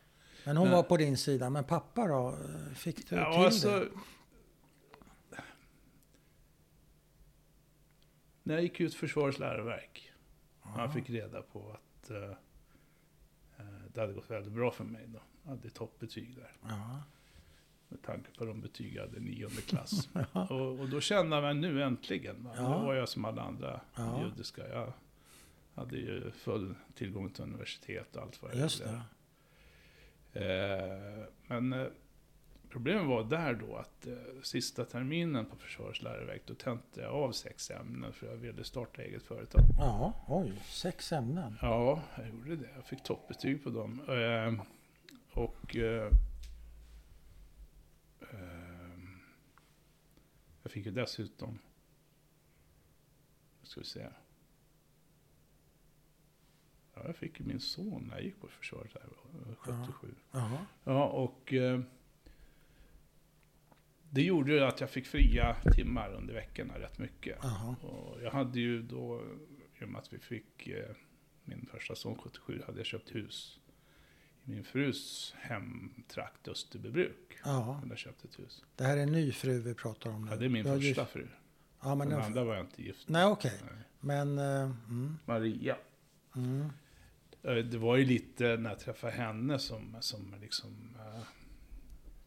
[SPEAKER 1] Men hon
[SPEAKER 2] Nej.
[SPEAKER 1] var på din sida. Men pappa då? Fick du till
[SPEAKER 2] Ja,
[SPEAKER 1] det?
[SPEAKER 2] alltså, när jag gick ut försvarets läroverk
[SPEAKER 1] Ja.
[SPEAKER 2] han fick reda på att eh, eh, det hade gått väldigt bra för mig. Då. Jag hade toppbetyg där.
[SPEAKER 1] Ja.
[SPEAKER 2] Med tanke på de betyg jag hade i nionde
[SPEAKER 1] [laughs]
[SPEAKER 2] klass. och, och då kände jag mig nu äntligen. va.
[SPEAKER 1] Ja.
[SPEAKER 2] Nu var jag som alla andra
[SPEAKER 1] Ja.
[SPEAKER 2] judiska. Jag hade ju full tillgång till universitet och allt vad
[SPEAKER 1] Just
[SPEAKER 2] ville.
[SPEAKER 1] det.
[SPEAKER 2] Eh, men eh, problemet var där då att eh, sista terminen på Försvarets läroverk, då tänkte jag av sex ämnen för jag ville starta eget företag.
[SPEAKER 1] Ja, oj. Sex ämnen.
[SPEAKER 2] Ja, jag gjorde det. Jag fick toppbetyg på dem. Eh, och... Eh, eh, jag fick ju dessutom... Vad ska vi säga? Ja, jag fick ju min son när jag gick på försvaret här, eh, 77.
[SPEAKER 1] Ja.
[SPEAKER 2] Ja, och eh, det gjorde ju att jag fick fria timmar under veckorna rätt mycket.
[SPEAKER 1] Aha.
[SPEAKER 2] Och jag hade ju då, i och med att vi fick eh, min första son 77, hade jag köpt hus i min frus hemtrakt Österbybruk.
[SPEAKER 1] Ja.
[SPEAKER 2] Hon hade köpt ett hus.
[SPEAKER 1] Det här är en ny fru vi pratar om nu.
[SPEAKER 2] Ja, det är min
[SPEAKER 1] Du har
[SPEAKER 2] första
[SPEAKER 1] gift-
[SPEAKER 2] fru.
[SPEAKER 1] Ja, men
[SPEAKER 2] Den
[SPEAKER 1] den...
[SPEAKER 2] andra var jag inte gift med.
[SPEAKER 1] Nej, okej.
[SPEAKER 2] Nej.
[SPEAKER 1] Men... eh, Mm,
[SPEAKER 2] Maria.
[SPEAKER 1] mm.
[SPEAKER 2] Eh, Det var ju lite när jag träffade henne som, som liksom, eh,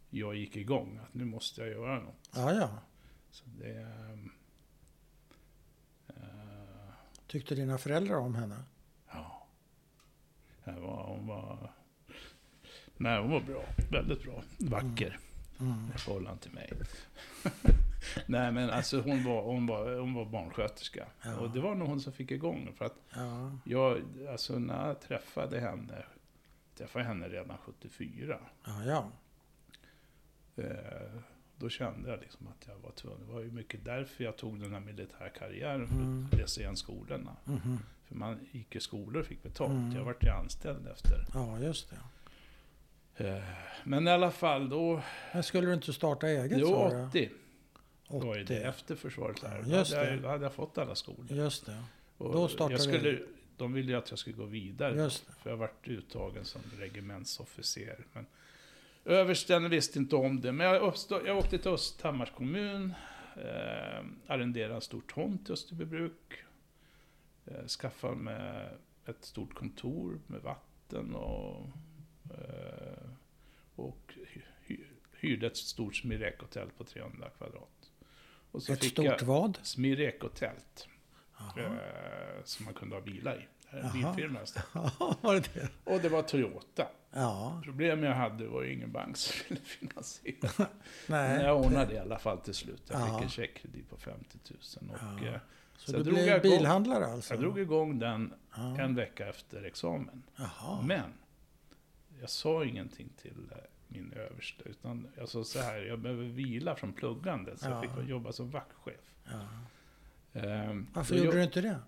[SPEAKER 2] jag gick igång. Att nu måste jag göra något.
[SPEAKER 1] Ja, ja.
[SPEAKER 2] Så det... ehm, eh,
[SPEAKER 1] Tyckte dina föräldrar om henne?
[SPEAKER 2] ja. Det var, hon var... Nej, hon var bra. Väldigt bra. Vacker
[SPEAKER 1] Mm.
[SPEAKER 2] i förhållande till mig. [laughs] Nej, men alltså hon var, hon var, hon var barnsköterska.
[SPEAKER 1] Ja.
[SPEAKER 2] Och det var nog hon som fick igång det, För att
[SPEAKER 1] Ja,
[SPEAKER 2] jag, alltså när jag träffade henne, träffade henne redan 74.
[SPEAKER 1] ja, ja.
[SPEAKER 2] Eh, då kände jag liksom att jag var tvungen. Det var ju mycket därför jag tog den här militärkarriären,
[SPEAKER 1] Mm.
[SPEAKER 2] för att läsa igen skolorna.
[SPEAKER 1] Mhm.
[SPEAKER 2] För man gick i skolor och fick betalt.
[SPEAKER 1] Mm.
[SPEAKER 2] Jag vart ju anställd efter.
[SPEAKER 1] Ja, just det.
[SPEAKER 2] Eh, Men i alla fall då,
[SPEAKER 1] Men skulle du inte starta eget?
[SPEAKER 2] det
[SPEAKER 1] sa
[SPEAKER 2] var
[SPEAKER 1] du?
[SPEAKER 2] 80. Det var ju
[SPEAKER 1] 80.
[SPEAKER 2] det efter försvaret
[SPEAKER 1] Ja,
[SPEAKER 2] här.
[SPEAKER 1] just
[SPEAKER 2] Då hade jag,
[SPEAKER 1] det.
[SPEAKER 2] då hade jag fått alla skolor.
[SPEAKER 1] Just det.
[SPEAKER 2] Och
[SPEAKER 1] Då startade
[SPEAKER 2] jag skulle, de ville ju att jag skulle gå vidare.
[SPEAKER 1] Just det.
[SPEAKER 2] För jag vart uttagen som regementsofficer. Men översten visste inte om det. Men jag, uppstå, jag åkte till Östhammars kommun. Eh, arrenderade en stor tomt i Österbybruk. Eh, skaffade mig ett stort kontor med vatten och... Eh, och hy, hy, hyrde ett stort smirekhotell på 300 kvadrat. Och
[SPEAKER 1] Ett stort vad?
[SPEAKER 2] Smirekotält.
[SPEAKER 1] Jaha.
[SPEAKER 2] Eh, som man kunde ha bilar i. Det här är en
[SPEAKER 1] Jaha.
[SPEAKER 2] bilfirma. alltså.
[SPEAKER 1] Ja, [laughs] var det det?
[SPEAKER 2] Och det var Toyota.
[SPEAKER 1] Ja,
[SPEAKER 2] Problemet jag hade var ju ingen bank som [laughs] ville finansiera. Men
[SPEAKER 1] [laughs] nej.
[SPEAKER 2] jag ordnade det i alla fall till slut. Jag
[SPEAKER 1] Ja.
[SPEAKER 2] fick en checkkredit på 50 000. Och,
[SPEAKER 1] Ja.
[SPEAKER 2] eh,
[SPEAKER 1] Så
[SPEAKER 2] sen
[SPEAKER 1] du
[SPEAKER 2] drog
[SPEAKER 1] blev
[SPEAKER 2] jag igång-
[SPEAKER 1] bilhandlare alltså?
[SPEAKER 2] Jag drog igång den
[SPEAKER 1] Ja.
[SPEAKER 2] en vecka efter examen.
[SPEAKER 1] Jaha.
[SPEAKER 2] Men jag sa ingenting till eh, min överste. Utan jag sa så här, jag behöver vila från pluggandet. Så
[SPEAKER 1] Ja.
[SPEAKER 2] jag fick jobba som vaktchef.
[SPEAKER 1] Ja.
[SPEAKER 2] Ehm,
[SPEAKER 1] Varför
[SPEAKER 2] då
[SPEAKER 1] gjorde
[SPEAKER 2] jag-
[SPEAKER 1] du inte det?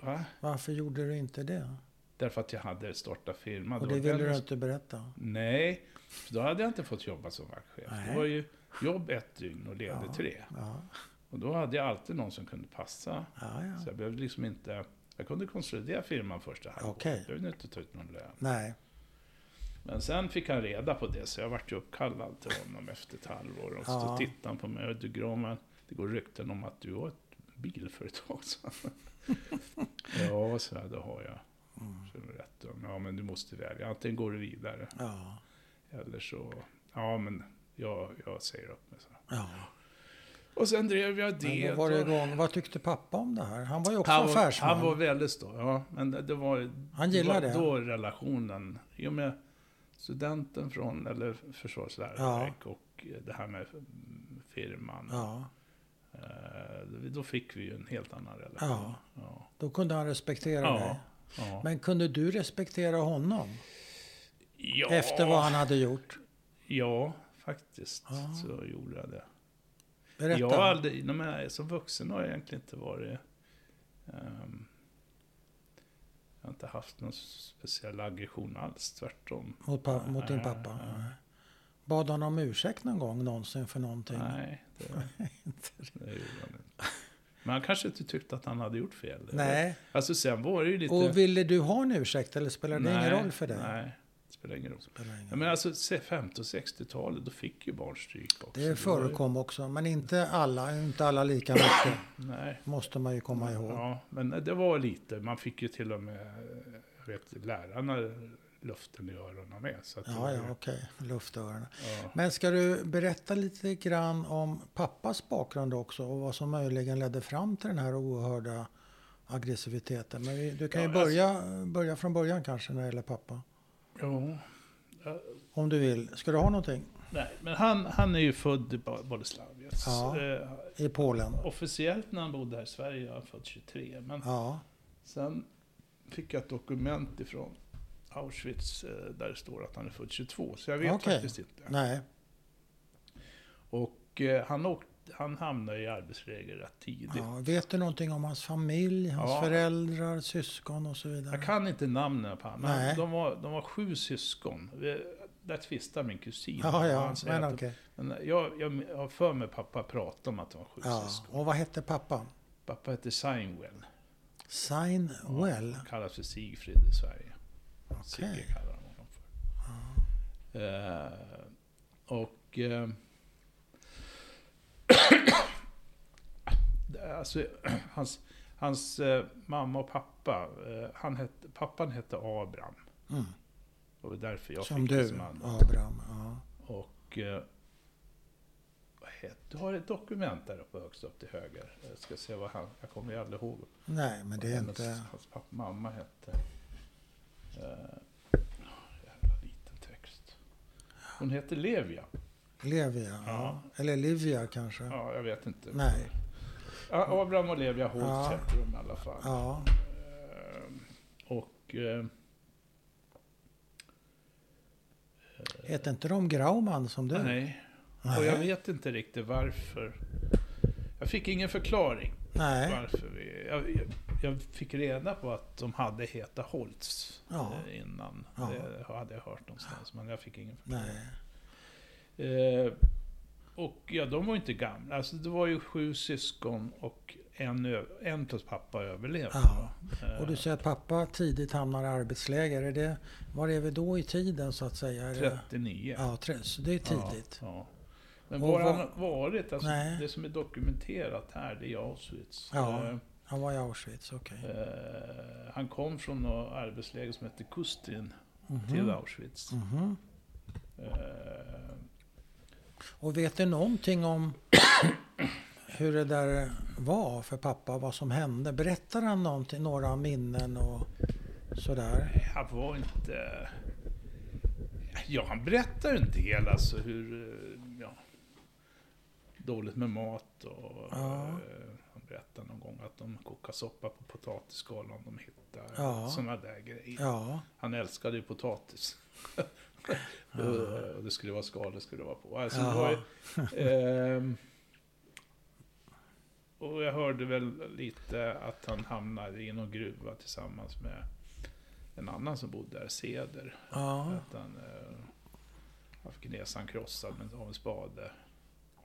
[SPEAKER 2] Va?
[SPEAKER 1] Varför gjorde du inte det?
[SPEAKER 2] Därför att jag hade startat firma.
[SPEAKER 1] Och
[SPEAKER 2] då.
[SPEAKER 1] det ville
[SPEAKER 2] Den-
[SPEAKER 1] du inte berätta?
[SPEAKER 2] Nej, för då hade jag inte fått jobba som vaktchef.
[SPEAKER 1] Nej.
[SPEAKER 2] Det var ju jobb ett dygn och ledig
[SPEAKER 1] Ja.
[SPEAKER 2] tre.
[SPEAKER 1] Ja,
[SPEAKER 2] Och då hade jag alltid någon som kunde passa.
[SPEAKER 1] ja. ja.
[SPEAKER 2] Så jag behövde liksom inte... Jag kunde konsolidera firman första halvåret.
[SPEAKER 1] Okej.
[SPEAKER 2] Jag behövde inte ta ut någon lön.
[SPEAKER 1] Nej.
[SPEAKER 2] Men sen fick han reda på det, så jag vart ju uppkallad till honom efter ett halvår. Och så
[SPEAKER 1] Ja.
[SPEAKER 2] tittade han på mig och du Granberg, det går rykten om att du har ett bilföretag. [laughs] Så. ja, så här, det har jag.
[SPEAKER 1] Mm.
[SPEAKER 2] Så det var rätt om. Ja, men du måste välja. Antingen går du vidare
[SPEAKER 1] Ja.
[SPEAKER 2] eller så... Ja, men jag, jag säger upp mig. Så.
[SPEAKER 1] ja.
[SPEAKER 2] Och sen drev jag
[SPEAKER 1] Men
[SPEAKER 2] det.
[SPEAKER 1] då var det
[SPEAKER 2] och-
[SPEAKER 1] igång. Vad tyckte pappa om det här? Han var ju också
[SPEAKER 2] han, var,
[SPEAKER 1] affärsman.
[SPEAKER 2] han var väldigt stor. Ja, men det, det var,
[SPEAKER 1] Han
[SPEAKER 2] det
[SPEAKER 1] gillar
[SPEAKER 2] var
[SPEAKER 1] det.
[SPEAKER 2] då relationen. I och med studenten från, eller försvarslärarverk och det här med firman.
[SPEAKER 1] Ja.
[SPEAKER 2] Eh, Då fick vi ju en helt annan relation.
[SPEAKER 1] ja.
[SPEAKER 2] Ja.
[SPEAKER 1] Då kunde han respektera
[SPEAKER 2] Ja.
[SPEAKER 1] dig.
[SPEAKER 2] Ja.
[SPEAKER 1] Men kunde du respektera honom?
[SPEAKER 2] ja,
[SPEAKER 1] Efter vad han hade gjort?
[SPEAKER 2] Ja, faktiskt
[SPEAKER 1] Ja.
[SPEAKER 2] så gjorde jag det.
[SPEAKER 1] Berätta.
[SPEAKER 2] Jag har aldrig, nej, men som vuxen har jag egentligen inte varit... ehm, jag har inte inte haft någon speciell aggression alls, tvärtom.
[SPEAKER 1] Mot, pa- mot din pappa?
[SPEAKER 2] Nej.
[SPEAKER 1] Nej. Bad han om ursäkt någon gång någonsin för någonting?
[SPEAKER 2] Nej,
[SPEAKER 1] [laughs]
[SPEAKER 2] det, det gjorde han inte. Men han kanske inte tyckte att han hade gjort fel. eller?
[SPEAKER 1] Nej.
[SPEAKER 2] Alltså sen var det ju lite...
[SPEAKER 1] Och ville du ha en ursäkt eller spelade det ingen roll för dig?
[SPEAKER 2] Nej, det spelar ingen roll.
[SPEAKER 1] Spelar ingen
[SPEAKER 2] Ja, men alltså se- 50 och 60-talet, då fick ju barn stryk också.
[SPEAKER 1] Det
[SPEAKER 2] var ju-
[SPEAKER 1] förekom också, men inte alla, inte alla lika mycket.
[SPEAKER 2] Nej.
[SPEAKER 1] Måste man ju komma ihåg.
[SPEAKER 2] Ja, men det var lite. Man fick ju till och med, jag vet, lärarna luften i öronen med. Så att det var
[SPEAKER 1] Ja,
[SPEAKER 2] ju-
[SPEAKER 1] ja, okej. Luftöronen.
[SPEAKER 2] ja.
[SPEAKER 1] Men ska du berätta lite grann om pappas bakgrund också och vad som möjligen ledde fram till den här oerhörda aggressiviteten? Men vi, du kan ju
[SPEAKER 2] Ja, alltså-
[SPEAKER 1] börja, börja från början kanske när det gäller pappa.
[SPEAKER 2] Ja. Ja,
[SPEAKER 1] Om du vill. Ska du ha någonting? Nej.
[SPEAKER 2] Men han, han är ju född i Bo- Boleslavia.
[SPEAKER 1] Ja.
[SPEAKER 2] Eh,
[SPEAKER 1] I Polen?
[SPEAKER 2] Officiellt när han bodde här i Sverige var han född 23. Men
[SPEAKER 1] Ja.
[SPEAKER 2] sen fick jag ett dokument ifrån Auschwitz eh, där det står att han är född 22. Så jag vet
[SPEAKER 1] Okej.
[SPEAKER 2] faktiskt inte.
[SPEAKER 1] Nej.
[SPEAKER 2] Och eh, han, åkte, han hamnade i arbetsläger rätt tidigt.
[SPEAKER 1] Ja. Vet du någonting om hans familj, hans
[SPEAKER 2] Ja.
[SPEAKER 1] föräldrar, syskon och så vidare?
[SPEAKER 2] Jag kan inte namnen på honom.
[SPEAKER 1] Nej.
[SPEAKER 2] men De var, de var sju syskon. Vi- Där tvistade min kusin.
[SPEAKER 1] Ja, ja,
[SPEAKER 2] Han säger
[SPEAKER 1] men
[SPEAKER 2] att-
[SPEAKER 1] okej.
[SPEAKER 2] men jag, jag har för mig pappa pratade om att de var sju
[SPEAKER 1] Ja.
[SPEAKER 2] syskon.
[SPEAKER 1] Och vad hette pappa?
[SPEAKER 2] Pappa hette Seinwell.
[SPEAKER 1] Seinwell?
[SPEAKER 2] Han kallas för Sigfrid i Sverige.
[SPEAKER 1] Okej.
[SPEAKER 2] Sigge kallar de honom för. Eh, och... Eh, [coughs] det- alltså, [coughs] hans, hans eh, mamma och pappa, eh, han hette, pappan hette Abraham.
[SPEAKER 1] Mm.
[SPEAKER 2] Det var därför jag
[SPEAKER 1] Som
[SPEAKER 2] fick det som
[SPEAKER 1] du,
[SPEAKER 2] andra.
[SPEAKER 1] Abraham. Ja.
[SPEAKER 2] Och... Eh, vad heter, du har ett dokument där uppe högst upp till höger. Jag ska se vad han... Jag kommer ju aldrig ihåg
[SPEAKER 1] Nej, men det är
[SPEAKER 2] hennes,
[SPEAKER 1] inte...
[SPEAKER 2] Hans pappa, mamma hette... Eh, jävla liten text. Hon hette Levia.
[SPEAKER 1] Levia? Ja.
[SPEAKER 2] Ja.
[SPEAKER 1] Eller Livia kanske?
[SPEAKER 2] Ja, jag vet inte.
[SPEAKER 1] Nej.
[SPEAKER 2] Ah, Abraham och Levia Holt
[SPEAKER 1] Ja.
[SPEAKER 2] hette de i alla fall.
[SPEAKER 1] Ja.
[SPEAKER 2] Eh, och... Eh,
[SPEAKER 1] Hette inte de Grauman som du?
[SPEAKER 2] nej.
[SPEAKER 1] Nej.
[SPEAKER 2] Och jag vet inte riktigt varför. Jag fick ingen förklaring
[SPEAKER 1] Nej.
[SPEAKER 2] varför vi... Jag, jag- jag fick reda på att de hade heta Holtz
[SPEAKER 1] Ja.
[SPEAKER 2] eh, innan.
[SPEAKER 1] Ja.
[SPEAKER 2] Det hade jag hört någonstans, men jag fick ingen förklaring.
[SPEAKER 1] Nej.
[SPEAKER 2] Eh, och ja, de var ju inte gamla. Alltså, det var ju sju syskon och en, ö- en plus pappa överlevde.
[SPEAKER 1] Ja.
[SPEAKER 2] va? Eh,
[SPEAKER 1] Och du säger att pappa tidigt hamnar i arbetsläger. Är det, var är vi då i tiden så att säga? Är det,
[SPEAKER 2] 39.
[SPEAKER 1] ja, tre- så det är tidigt.
[SPEAKER 2] Ja, ja. Men
[SPEAKER 1] Och
[SPEAKER 2] var
[SPEAKER 1] vad-
[SPEAKER 2] han varit? Alltså,
[SPEAKER 1] Nej.
[SPEAKER 2] det som är dokumenterat här, det är Auschwitz.
[SPEAKER 1] Ja.
[SPEAKER 2] Eh,
[SPEAKER 1] Han var i Auschwitz, okej.
[SPEAKER 2] eh, han kom från något arbetsläger som hette Kustrin
[SPEAKER 1] Mhm.
[SPEAKER 2] till Auschwitz.
[SPEAKER 1] Mhm.
[SPEAKER 2] Eh,
[SPEAKER 1] Och vet du någonting om [coughs] hur det där var för pappa? Vad som hände? Berättar han någonting, några minnen och sådär?
[SPEAKER 2] Han var inte... Ja, han berättar en del alltså hur... eh, Ja, dåligt med mat och...
[SPEAKER 1] Ja.
[SPEAKER 2] eh, Han berättar någon gång att de kokar soppa på potatisskal om de hittar.
[SPEAKER 1] Ja.
[SPEAKER 2] Ja. Sådana där grejer.
[SPEAKER 1] Ja.
[SPEAKER 2] Han älskade ju
[SPEAKER 1] [laughs]
[SPEAKER 2] potatis.
[SPEAKER 1] Ja.
[SPEAKER 2] Och- och det skulle vara skal, det skulle vara på. Alltså,
[SPEAKER 1] Jaha.
[SPEAKER 2] det var ju, ehm, och jag hörde väl lite att han hamnade i någon gruva tillsammans med en annan som bodde där, Ceder.
[SPEAKER 1] ja.
[SPEAKER 2] Att han, eh, han fick näsan krossad men av en spade.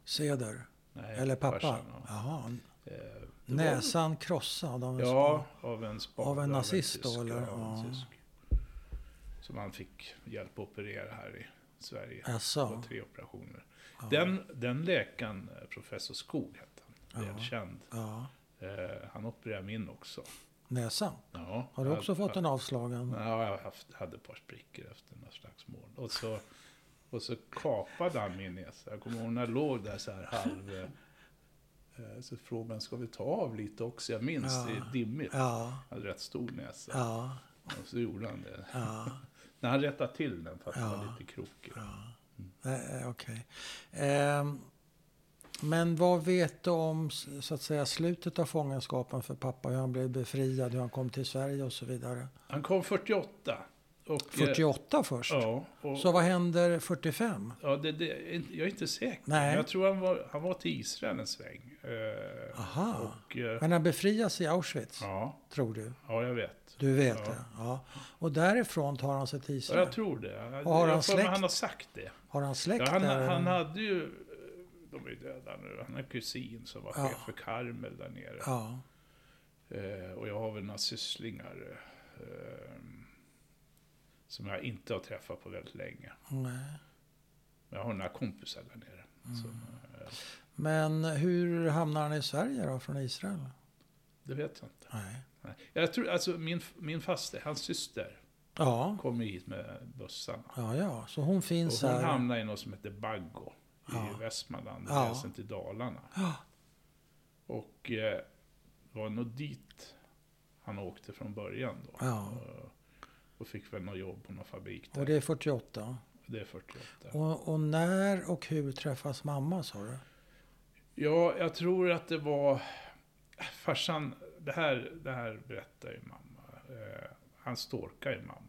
[SPEAKER 1] Ceder?
[SPEAKER 2] Nej,
[SPEAKER 1] Eller pappa?
[SPEAKER 2] farsan, ja.
[SPEAKER 1] Jaha.
[SPEAKER 2] Eh, det var-
[SPEAKER 1] Näsan krossad av en
[SPEAKER 2] Ja, av en spade.
[SPEAKER 1] Av en nazist då,
[SPEAKER 2] tysk,
[SPEAKER 1] eller?
[SPEAKER 2] ja, av en
[SPEAKER 1] Ja.
[SPEAKER 2] tysk. Som han fick hjälp att operera här i Sverige.
[SPEAKER 1] spade? Jaså?
[SPEAKER 2] Och tre operationer.
[SPEAKER 1] Ja.
[SPEAKER 2] typ. Den, den läkaren, eh, professor Skog hette han,
[SPEAKER 1] Ja.
[SPEAKER 2] välkänd.
[SPEAKER 1] Ja.
[SPEAKER 2] Eh, han opererade min också.
[SPEAKER 1] Näsan?
[SPEAKER 2] Ja,
[SPEAKER 1] Har du också
[SPEAKER 2] jag,
[SPEAKER 1] fått en avslagen?
[SPEAKER 2] Ja, jag haft, hade ett par sprickor efter några slagsmål. Och så, och så kapade han min näsa. Jag kommer ihåg när jag låg där så här halv... eh, Så frågade han, ska vi ta av lite också? Jag minns,
[SPEAKER 1] Ja.
[SPEAKER 2] det är dimmigt.
[SPEAKER 1] Ja.
[SPEAKER 2] Jag hade rätt stor näsa.
[SPEAKER 1] Ja.
[SPEAKER 2] Och så gjorde han det.
[SPEAKER 1] Ja.
[SPEAKER 2] När han rättade till den för att den
[SPEAKER 1] Ja.
[SPEAKER 2] var lite krokig.
[SPEAKER 1] Nej, eh, Okej. Ehm, Men vad vet du om s- så att säga, slutet av fångenskapen för pappa? Hur han blev befriad, hur han kom till Sverige och så vidare.
[SPEAKER 2] Han kom 48. Och, eh,
[SPEAKER 1] 48 först?
[SPEAKER 2] Ja, och,
[SPEAKER 1] Så vad händer 45?
[SPEAKER 2] ja det, det, jag är inte säker.
[SPEAKER 1] Nej.
[SPEAKER 2] Men Jag tror han var, han var till Israel en sväng. Eh,
[SPEAKER 1] Aha.
[SPEAKER 2] och, eh,
[SPEAKER 1] Men han befrias i Auschwitz,
[SPEAKER 2] ja,
[SPEAKER 1] tror du?
[SPEAKER 2] ja, jag vet.
[SPEAKER 1] Du vet
[SPEAKER 2] Ja.
[SPEAKER 1] det? Ja. Och därifrån tar han sig till
[SPEAKER 2] Ja,
[SPEAKER 1] Israel?
[SPEAKER 2] jag tror det. Jag,
[SPEAKER 1] Och har han
[SPEAKER 2] jag för mig
[SPEAKER 1] släkt?
[SPEAKER 2] han har sagt det.
[SPEAKER 1] Har han släkt
[SPEAKER 2] Ja, han,
[SPEAKER 1] där?
[SPEAKER 2] han hade ju, eh, de är ju döda nu, han har kusin som var
[SPEAKER 1] Ja.
[SPEAKER 2] chef för Karmel där nere.
[SPEAKER 1] Ja.
[SPEAKER 2] Eh, och jag har väl några sysslingar eh, som jag inte har träffat på väldigt länge.
[SPEAKER 1] Nej.
[SPEAKER 2] Men jag har några kompisar där nere.
[SPEAKER 1] Mm.
[SPEAKER 2] Som, eh,
[SPEAKER 1] Men hur hamnar han i Sverige då, från Israel?
[SPEAKER 2] det vet jag inte.
[SPEAKER 1] Nej.
[SPEAKER 2] Nej. Jag tror, alltså min, min faste, hans syster,
[SPEAKER 1] Ja,
[SPEAKER 2] kom ju hit med bussarna.
[SPEAKER 1] ja, ja. Så hon
[SPEAKER 2] Och
[SPEAKER 1] finns
[SPEAKER 2] hon
[SPEAKER 1] här.
[SPEAKER 2] hamnade i något som heter Baggo i
[SPEAKER 1] Ja.
[SPEAKER 2] Västmanland,
[SPEAKER 1] Ja.
[SPEAKER 2] ja. gränsen till Dalarna.
[SPEAKER 1] Ja.
[SPEAKER 2] Och eh, det var nog dit han åkte från början då.
[SPEAKER 1] Ja.
[SPEAKER 2] Och, och fick väl något jobb på någon fabrik där.
[SPEAKER 1] Och det är 48.
[SPEAKER 2] det är 48.
[SPEAKER 1] Och, och när och hur träffas mamma, sa du?
[SPEAKER 2] Ja, jag tror att det var... eh, Farsan, det här, det här berättar ju mamma. Eh, han stalkar ju mamma.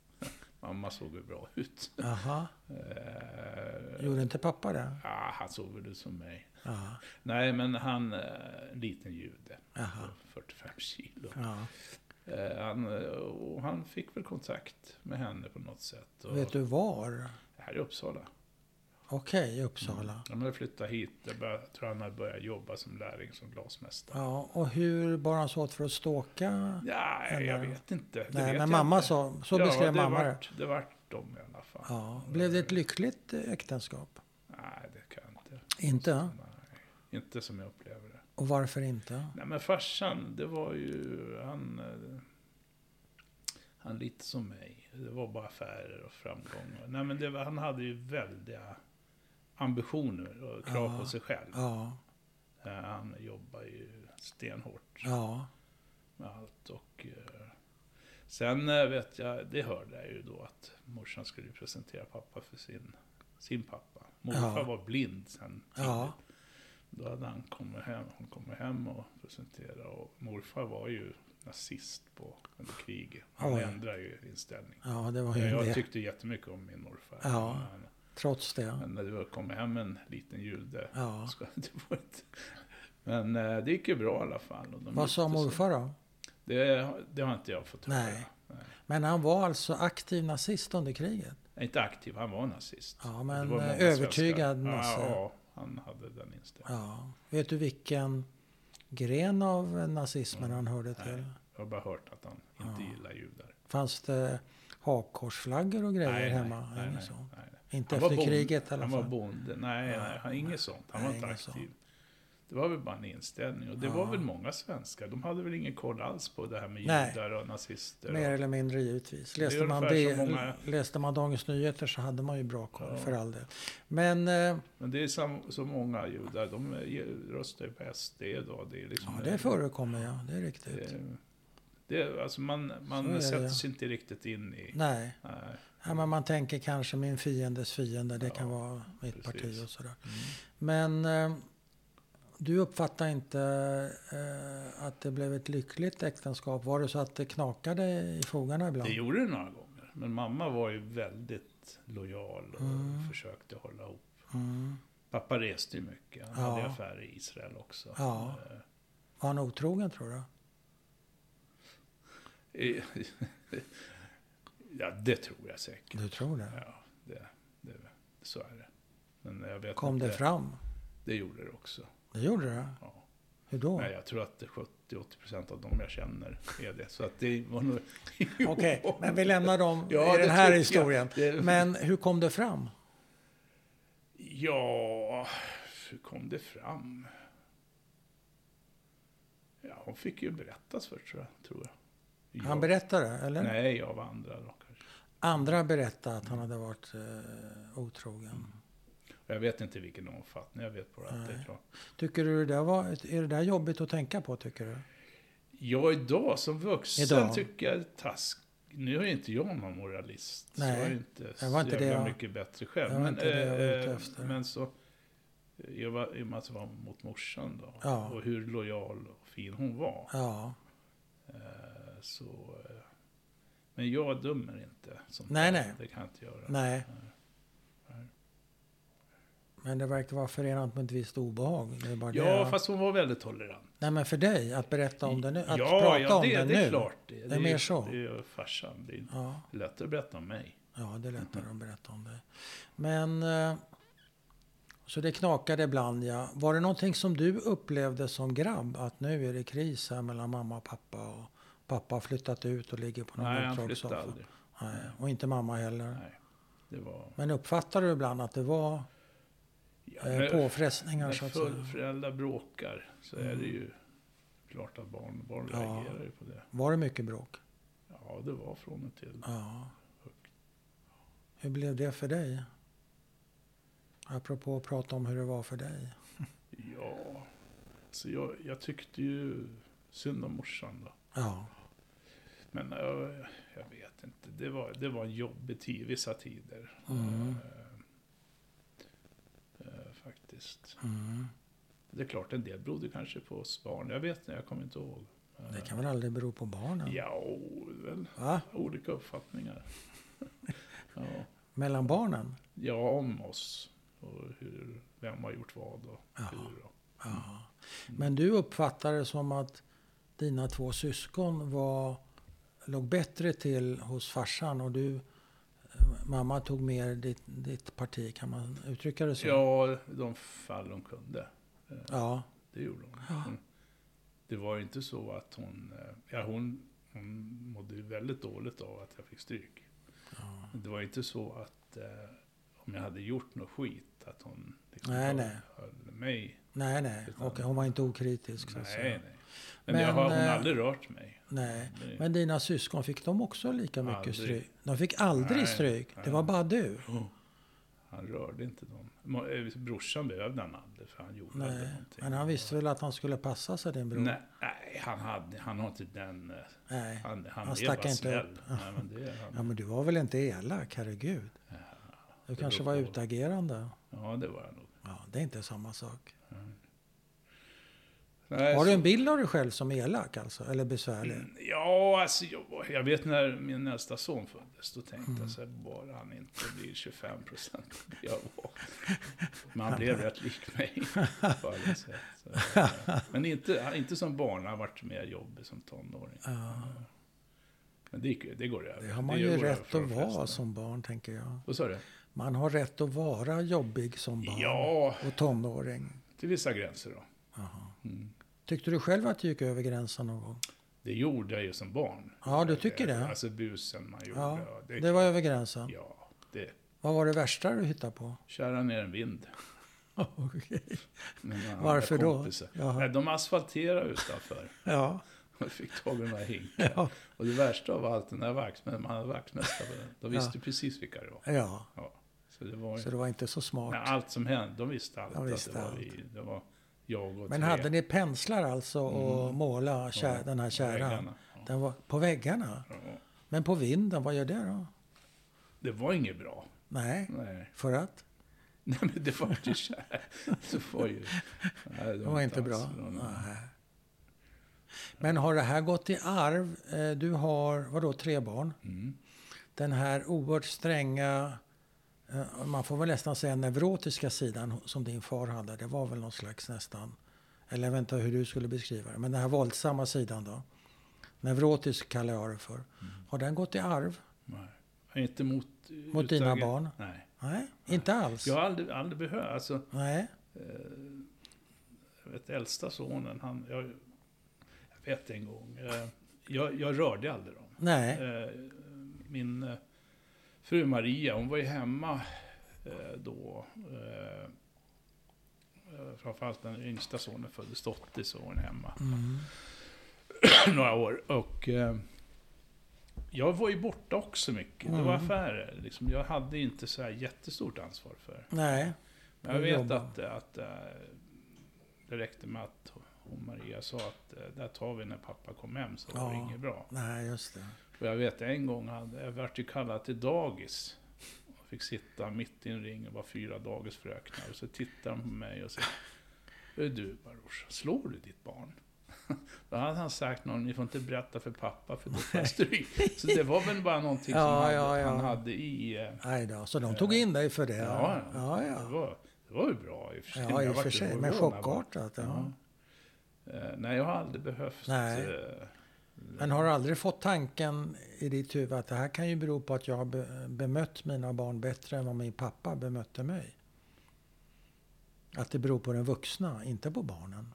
[SPEAKER 2] [laughs] mamma såg ju bra ut.
[SPEAKER 1] Aha.
[SPEAKER 2] Eh,
[SPEAKER 1] Gjorde inte pappa det?
[SPEAKER 2] ja, han såg väl ut som mig.
[SPEAKER 1] Ja.
[SPEAKER 2] Nej, men han, eh, en liten jude.
[SPEAKER 1] Aha.
[SPEAKER 2] 45 kilo.
[SPEAKER 1] Ja.
[SPEAKER 2] Eh, han, eh, och han fick väl kontakt med henne på något sätt. Och
[SPEAKER 1] Vet du var?
[SPEAKER 2] Här i Uppsala.
[SPEAKER 1] Okej, i Uppsala.
[SPEAKER 2] De hade flyttat hit. Jag bör- tror han hade börjat jobba som lärling, som glasmästare.
[SPEAKER 1] Ja, och hur bar han sig åt för att ståka?
[SPEAKER 2] Nej, jag
[SPEAKER 1] Eller-
[SPEAKER 2] vet inte. Det
[SPEAKER 1] Nej,
[SPEAKER 2] vet
[SPEAKER 1] men
[SPEAKER 2] jag
[SPEAKER 1] mamma
[SPEAKER 2] inte.
[SPEAKER 1] sa, så beskrev
[SPEAKER 2] det
[SPEAKER 1] mamma det.
[SPEAKER 2] vart, det. vart de i alla fall.
[SPEAKER 1] Ja. Blev det ett lyckligt eh, äktenskap?
[SPEAKER 2] Nej, det kan jag inte.
[SPEAKER 1] Inte?
[SPEAKER 2] Nej, inte som jag upplever det.
[SPEAKER 1] Och varför inte?
[SPEAKER 2] Nej, men farsan, det var ju... Han, eh, han lite som mig. Det var bara affärer och framgång. Nej, men det, var- han hade ju väldiga ambitioner och krav
[SPEAKER 1] Ja.
[SPEAKER 2] på sig själv.
[SPEAKER 1] Ja,
[SPEAKER 2] Eh, Han jobbar ju stenhårt
[SPEAKER 1] ja,
[SPEAKER 2] med allt. Och, eh, sen eh, vet jag, det hörde jag ju då att morsan skulle presentera pappa för sin, sin pappa. Morfar
[SPEAKER 1] Ja.
[SPEAKER 2] var blind sen
[SPEAKER 1] ja,
[SPEAKER 2] Då hade han kommit hem, hon kommer hem och presenterade. Och morfar var ju nazist på under kriget. Han
[SPEAKER 1] Oj.
[SPEAKER 2] ändrade ju inställning.
[SPEAKER 1] ja, det var ju
[SPEAKER 2] Jag
[SPEAKER 1] det.
[SPEAKER 2] tyckte jättemycket om min morfar.
[SPEAKER 1] Ja.
[SPEAKER 2] Men,
[SPEAKER 1] Trots det.
[SPEAKER 2] men när det väl kom hem en liten jude.
[SPEAKER 1] Ja.
[SPEAKER 2] Ska [laughs] det få ett... Men eh, det gick ju bra i alla fall. Och de
[SPEAKER 1] Vad sa
[SPEAKER 2] gifte sig.
[SPEAKER 1] morfar då?
[SPEAKER 2] Det, det har inte jag fått höra.
[SPEAKER 1] Nej. Men han var alltså aktiv nazist under kriget?
[SPEAKER 2] Inte aktiv, han var nazist.
[SPEAKER 1] Ja,
[SPEAKER 2] Det
[SPEAKER 1] men
[SPEAKER 2] var många
[SPEAKER 1] eh, övertygad
[SPEAKER 2] svenskar.
[SPEAKER 1] nasse.
[SPEAKER 2] Ja,
[SPEAKER 1] Ja,
[SPEAKER 2] ja, han hade den inställningen.
[SPEAKER 1] Vet du vilken gren av eh, nazismen han hörde till?
[SPEAKER 2] Mm. Nej. Jag har bara hört att han inte gillar judar.
[SPEAKER 1] Fanns det hakkorsflaggor och grejer
[SPEAKER 2] nej,
[SPEAKER 1] hemma?
[SPEAKER 2] nej,
[SPEAKER 1] Inget
[SPEAKER 2] nej,
[SPEAKER 1] sånt.
[SPEAKER 2] nej, nej.
[SPEAKER 1] Inte
[SPEAKER 2] Han var
[SPEAKER 1] efter
[SPEAKER 2] bonde.
[SPEAKER 1] kriget i alla
[SPEAKER 2] Han var
[SPEAKER 1] fall?
[SPEAKER 2] bonde. Nej,
[SPEAKER 1] Ja,
[SPEAKER 2] nej han, inget sånt. Han
[SPEAKER 1] nej,
[SPEAKER 2] var inte
[SPEAKER 1] inget
[SPEAKER 2] aktiv. Det var väl bara en inställning. Och det var
[SPEAKER 1] Ja.
[SPEAKER 2] väl många svenskar. De hade väl ingen koll alls på det här med
[SPEAKER 1] Nej.
[SPEAKER 2] judar och nazister.
[SPEAKER 1] Mer
[SPEAKER 2] Och,
[SPEAKER 1] eller mindre givetvis.
[SPEAKER 2] Det är
[SPEAKER 1] Läste man,
[SPEAKER 2] ungefär
[SPEAKER 1] det,
[SPEAKER 2] så många-
[SPEAKER 1] läste man Dagens Nyheter så hade man ju bra koll
[SPEAKER 2] Ja.
[SPEAKER 1] för all del. Men eh, ja,
[SPEAKER 2] men det är så, så många judar. De är ju- röstar ju på SD då. Det är liksom
[SPEAKER 1] det förekommer ja, det är riktigt.
[SPEAKER 2] Det, det, alltså man
[SPEAKER 1] Så är det,
[SPEAKER 2] man sätter
[SPEAKER 1] ja.
[SPEAKER 2] sig inte riktigt in i...
[SPEAKER 1] Nej,
[SPEAKER 2] Nej.
[SPEAKER 1] ja, men man tänker kanske min fiendes fiende, det kan
[SPEAKER 2] Ja,
[SPEAKER 1] vara mitt parti
[SPEAKER 2] precis.
[SPEAKER 1] och sådär. Men eh, du uppfattar inte eh, att det blev ett lyckligt äktenskap? Var det så att det knakade i fogarna ibland?
[SPEAKER 2] Det gjorde det några gånger. Men mamma var ju väldigt lojal och
[SPEAKER 1] Mm.
[SPEAKER 2] försökte hålla ihop.
[SPEAKER 1] Mm.
[SPEAKER 2] Pappa reste ju mycket. Han
[SPEAKER 1] Ja.
[SPEAKER 2] hade affärer i Israel också.
[SPEAKER 1] Ja. Var han otrogen tror du?
[SPEAKER 2] Eh, [laughs] ja, det tror jag säkert.
[SPEAKER 1] Du tror det?
[SPEAKER 2] Ja, det, det, så är det. Men jag vet
[SPEAKER 1] Kom
[SPEAKER 2] inte.
[SPEAKER 1] det fram?
[SPEAKER 2] Det gjorde det också.
[SPEAKER 1] Det gjorde det?
[SPEAKER 2] Ja.
[SPEAKER 1] Hur då?
[SPEAKER 2] Nej, jag tror att 70-80% av dem jag känner är det. Så att det var nog...
[SPEAKER 1] [laughs] Okej, men vi lämnar dem
[SPEAKER 2] [laughs] Ja,
[SPEAKER 1] i den
[SPEAKER 2] det
[SPEAKER 1] här
[SPEAKER 2] tycker jag.
[SPEAKER 1] historien.
[SPEAKER 2] Det-
[SPEAKER 1] Men hur kom det fram?
[SPEAKER 2] Ja, hur kom det fram? Ja, hon fick ju berättas först tror jag. Tror jag. jag
[SPEAKER 1] Han berättade, eller?
[SPEAKER 2] Nej, jag var andra då kanske.
[SPEAKER 1] Andra berättade att han hade varit eh, otrogen.
[SPEAKER 2] Jag vet inte vilken omfattning, jag vet bara att det
[SPEAKER 1] Nej.
[SPEAKER 2] är klart.
[SPEAKER 1] Tycker du det där var, är det där jobbigt att tänka på, tycker du?
[SPEAKER 2] Jag idag som vuxen
[SPEAKER 1] Idag.
[SPEAKER 2] tycker jag task. Nu är inte jag någon moralist.
[SPEAKER 1] Nej,
[SPEAKER 2] så jag är inte
[SPEAKER 1] jag var inte
[SPEAKER 2] så jävla
[SPEAKER 1] det jag-
[SPEAKER 2] mycket bättre själv.
[SPEAKER 1] jag var
[SPEAKER 2] men,
[SPEAKER 1] inte det jag var
[SPEAKER 2] eh,
[SPEAKER 1] ute
[SPEAKER 2] eh,
[SPEAKER 1] efter.
[SPEAKER 2] men så, eh, jag var, i och med att jag var mot morsan då.
[SPEAKER 1] Ja.
[SPEAKER 2] Och hur lojal och fin hon var.
[SPEAKER 1] Ja.
[SPEAKER 2] Eh, Så, eh, men jag dömer inte. Sånt
[SPEAKER 1] Nej,
[SPEAKER 2] där.
[SPEAKER 1] nej.
[SPEAKER 2] Det kan jag inte göra.
[SPEAKER 1] Nej. Men det verkar vara förenat med ett visst obehag. Det är bara det
[SPEAKER 2] Ja,
[SPEAKER 1] jag-
[SPEAKER 2] fast hon var väldigt tolerant.
[SPEAKER 1] Nej, men för dig, att berätta om det nu. Att
[SPEAKER 2] ja,
[SPEAKER 1] prata
[SPEAKER 2] ja,
[SPEAKER 1] om
[SPEAKER 2] det,
[SPEAKER 1] det,
[SPEAKER 2] det är
[SPEAKER 1] nu.
[SPEAKER 2] klart. Det, det
[SPEAKER 1] är mer
[SPEAKER 2] ju-
[SPEAKER 1] så.
[SPEAKER 2] Det är ju farsan. Det är
[SPEAKER 1] Ja,
[SPEAKER 2] lättare att berätta om mig.
[SPEAKER 1] ja, det är lättare att berätta om det. Men... eh, Så det knakade ibland, ja. Var det någonting som du upplevde som grabb? Att nu är det kris här mellan mamma och pappa. Och pappa har flyttat ut och ligger på någon
[SPEAKER 2] Nej, han
[SPEAKER 1] uppdragssoffa.
[SPEAKER 2] flyttade aldrig.
[SPEAKER 1] Nej, och inte mamma heller.
[SPEAKER 2] Nej, det var...
[SPEAKER 1] Men uppfattade du ibland att det var
[SPEAKER 2] Ja,
[SPEAKER 1] eh,
[SPEAKER 2] men-
[SPEAKER 1] påfrestningar
[SPEAKER 2] När
[SPEAKER 1] så att
[SPEAKER 2] för-
[SPEAKER 1] säga? Mm.
[SPEAKER 2] föräldrar bråkar så är det ju klart att barn, barn
[SPEAKER 1] Ja.
[SPEAKER 2] reagerar ju på det.
[SPEAKER 1] Var det mycket bråk?
[SPEAKER 2] Ja, det var från och till.
[SPEAKER 1] Ja. Hur blev det för dig? Apropå att prata om hur det var för dig.
[SPEAKER 2] Ja, så jag, jag tyckte ju synd om morsan då.
[SPEAKER 1] Ja,
[SPEAKER 2] Men jag, jag vet inte, det var, det var en jobbig tid, vissa tider.
[SPEAKER 1] Mm.
[SPEAKER 2] Eh, eh, faktiskt.
[SPEAKER 1] mm.
[SPEAKER 2] Det är klart, en del berodde kanske på oss barn. Jag vet inte, jag kommer inte ihåg. Eh,
[SPEAKER 1] det kan väl aldrig bero på barnen?
[SPEAKER 2] Ja, o- väl
[SPEAKER 1] Va?
[SPEAKER 2] olika uppfattningar. [laughs] ja.
[SPEAKER 1] Mellan
[SPEAKER 2] Mm.
[SPEAKER 1] barnen?
[SPEAKER 2] ja, om oss. Och hur, vem har gjort vad och hur. Och.
[SPEAKER 1] Ja. Men du uppfattade det som att dina två syskon var, låg bättre till hos farsan och du, eh, mamma tog mer ditt, ditt parti, kan man uttrycka det så?
[SPEAKER 2] Ja, de fall hon kunde.
[SPEAKER 1] Ja,
[SPEAKER 2] Det gjorde hon. hon det var ju inte så att hon... eh, Ja, hon, hon mådde ju väldigt dåligt av att jag fick stryk.
[SPEAKER 1] Mm.
[SPEAKER 2] Men Det var ju inte så att eh, om jag hade gjort något skit, att hon liksom
[SPEAKER 1] Nej,
[SPEAKER 2] höll,
[SPEAKER 1] nej.
[SPEAKER 2] höll mig.
[SPEAKER 1] Nej, nej.
[SPEAKER 2] Utan-
[SPEAKER 1] Okej, hon var inte okritisk. Så att
[SPEAKER 2] Nej,
[SPEAKER 1] säga.
[SPEAKER 2] nej. Men,
[SPEAKER 1] Men,
[SPEAKER 2] jag har, hon har
[SPEAKER 1] eh,
[SPEAKER 2] aldrig rört mig.
[SPEAKER 1] nej.
[SPEAKER 2] Det-
[SPEAKER 1] Men dina syskon, fick de också lika mycket
[SPEAKER 2] Aldrig.
[SPEAKER 1] stryk? De fick aldrig
[SPEAKER 2] Nej,
[SPEAKER 1] stryk. Det
[SPEAKER 2] nej.
[SPEAKER 1] var bara du.
[SPEAKER 2] Han rörde inte dem. Ma- eh, Brorsan behövde han aldrig, för han gjorde aldrig
[SPEAKER 1] Nej.
[SPEAKER 2] någonting.
[SPEAKER 1] Men han visste väl att han skulle passa sig, din bror?
[SPEAKER 2] Nej, nej han, hade, han har inte den... eh,
[SPEAKER 1] Nej.
[SPEAKER 2] Han, han,
[SPEAKER 1] Han
[SPEAKER 2] är
[SPEAKER 1] stack
[SPEAKER 2] bara
[SPEAKER 1] inte
[SPEAKER 2] snäll.
[SPEAKER 1] upp.
[SPEAKER 2] Nej, men det är
[SPEAKER 1] Ja,
[SPEAKER 2] han.
[SPEAKER 1] men du var väl inte elak? Herregud. Du
[SPEAKER 2] det
[SPEAKER 1] kanske
[SPEAKER 2] beror
[SPEAKER 1] var
[SPEAKER 2] på.
[SPEAKER 1] utagerande.
[SPEAKER 2] Ja, det var han nog.
[SPEAKER 1] Ja, det är inte samma sak.
[SPEAKER 2] Nej,
[SPEAKER 1] Har
[SPEAKER 2] så-
[SPEAKER 1] du en bild av dig själv som elak alltså? Eller besvärlig?
[SPEAKER 2] Ja, alltså jag, jag vet när min nästa son föddes, då tänkte
[SPEAKER 1] Mm.
[SPEAKER 2] jag så här, bara han inte blir 25 procent jag
[SPEAKER 1] [laughs]
[SPEAKER 2] var. Men han blev rätt lik mig på alla sätt. Så, eh, men inte, han- inte som barn, han varit mer jobbig som tonåring. Men det, gick ju- det går över.
[SPEAKER 1] Det har man ju
[SPEAKER 2] går över
[SPEAKER 1] rätt
[SPEAKER 2] för
[SPEAKER 1] att
[SPEAKER 2] de
[SPEAKER 1] vara
[SPEAKER 2] flesta.
[SPEAKER 1] som barn, tänker jag.
[SPEAKER 2] Vad sa du?
[SPEAKER 1] Man har rätt att vara jobbig som barn
[SPEAKER 2] Ja,
[SPEAKER 1] och tonåring.
[SPEAKER 2] till vissa gränser då.
[SPEAKER 1] Tyckte du själv att du gick över gränsen någon gång?
[SPEAKER 2] Det gjorde jag ju som barn.
[SPEAKER 1] Ja, du tycker det?
[SPEAKER 2] Alltså busen man gjorde.
[SPEAKER 1] Ja,
[SPEAKER 2] och
[SPEAKER 1] det var över gränsen.
[SPEAKER 2] Ja, det.
[SPEAKER 1] Vad var det värsta du hittade
[SPEAKER 2] [laughs]
[SPEAKER 1] på?
[SPEAKER 2] Kära ner en vind.
[SPEAKER 1] Okej.
[SPEAKER 2] Men han
[SPEAKER 1] Varför
[SPEAKER 2] hade
[SPEAKER 1] då?
[SPEAKER 2] kompisar.
[SPEAKER 1] Jaha.
[SPEAKER 2] Nej, de asfalterade utanför. [laughs]
[SPEAKER 1] Ja.
[SPEAKER 2] De fick tag i den här hinken.
[SPEAKER 1] Ja.
[SPEAKER 2] Och det värsta av allt, den här vaktmästaren, han hade vaktmästare på den. De visste precis vilka det var.
[SPEAKER 1] ja,
[SPEAKER 2] Ja. Så det var
[SPEAKER 1] så
[SPEAKER 2] ju...
[SPEAKER 1] det var inte så
[SPEAKER 2] Nej,
[SPEAKER 1] smart.
[SPEAKER 2] allt som hände, de visste allt.
[SPEAKER 1] De visste
[SPEAKER 2] att det var
[SPEAKER 1] allt.
[SPEAKER 2] vi. Det var jag och
[SPEAKER 1] Men
[SPEAKER 2] tre Mm.
[SPEAKER 1] hade ni penslar alltså och måla kä-
[SPEAKER 2] Ja,
[SPEAKER 1] den här kärran?
[SPEAKER 2] väggarna. Ja.
[SPEAKER 1] Den var på väggarna?
[SPEAKER 2] Ja.
[SPEAKER 1] Men på vinden, vad gör det då?
[SPEAKER 2] Det var inget bra.
[SPEAKER 1] Nej,
[SPEAKER 2] Nej,
[SPEAKER 1] för att?
[SPEAKER 2] Nej men det var ju kär. Det var ju... Nej,
[SPEAKER 1] Det var inte
[SPEAKER 2] alls
[SPEAKER 1] bra.
[SPEAKER 2] bra.
[SPEAKER 1] Nej. Men har det här gått i arv? Eh, Du har, vadå, tre barn?
[SPEAKER 2] Mm.
[SPEAKER 1] den här oerhört stränga, eh, man får väl nästan säga neurotiska sidan som din far hade. Det var väl någon slags nästan, eller jag vet inte hur du skulle beskriva det, men den här våldsamma sidan då. Neurotisk kallar jag det för.
[SPEAKER 2] Mm.
[SPEAKER 1] Har den gått i arv?
[SPEAKER 2] Nej. Inte mot...
[SPEAKER 1] Mot dina
[SPEAKER 2] utager-
[SPEAKER 1] barn?
[SPEAKER 2] Nej.
[SPEAKER 1] Nej, inte alls.
[SPEAKER 2] Jag har aldrig, aldrig behövt... Alltså, eh,
[SPEAKER 1] Nej,
[SPEAKER 2] Jag vet, äldsta sonen, han, jag, jag vet en gång, eh, jag, jag rörde aldrig dem.
[SPEAKER 1] nej,
[SPEAKER 2] Eh, Min eh, fru Maria, hon var ju hemma eh, då. eh, eh, Framförallt när den yngsta sonen föddes, Dotti, så var hon hemma
[SPEAKER 1] Mm.
[SPEAKER 2] [clears throat] några år. Och eh, jag var ju borta också mycket. Det var
[SPEAKER 1] Mm.
[SPEAKER 2] affärer. Liksom. Jag hade ju inte så här jättestort ansvar för
[SPEAKER 1] nej.
[SPEAKER 2] men jag
[SPEAKER 1] Du
[SPEAKER 2] vet
[SPEAKER 1] jobbar.
[SPEAKER 2] att, att eh, det räckte med att hon Maria sa att eh, där tar vi när pappa kom hem så var det
[SPEAKER 1] Ja.
[SPEAKER 2] inget bra.
[SPEAKER 1] Nej, just det.
[SPEAKER 2] Och jag vet en gång, hade, jag vart ju kallad till dagis. Och fick sitta mitt i en ring och var fyra dagisfröknar. Och så tittade de på mig och sa "Hör Du Baruch, slår du ditt barn? [laughs] Då hade han sagt någon, ni får inte berätta för pappa för då får jag stryk. Så det var väl bara någonting som
[SPEAKER 1] Ja,
[SPEAKER 2] hade,
[SPEAKER 1] ja, ja.
[SPEAKER 2] han hade i... eh,
[SPEAKER 1] Aj då, så de tog in dig för det?
[SPEAKER 2] Ja,
[SPEAKER 1] ja.
[SPEAKER 2] Det var, Det var ju bra i och för sig.
[SPEAKER 1] Ja, i
[SPEAKER 2] Jag
[SPEAKER 1] och
[SPEAKER 2] vart
[SPEAKER 1] för
[SPEAKER 2] ju
[SPEAKER 1] sig.
[SPEAKER 2] hormonad,
[SPEAKER 1] Men
[SPEAKER 2] va?
[SPEAKER 1] chockartat. Ja.
[SPEAKER 2] Ja. Eh, Nej, jag har aldrig behövt...
[SPEAKER 1] Nej.
[SPEAKER 2] eh,
[SPEAKER 1] Men har du aldrig fått tanken i ditt huvud att det här kan ju bero på att jag har be- bemött mina barn bättre än vad min pappa bemötte mig? Att det beror på den vuxna, inte på barnen.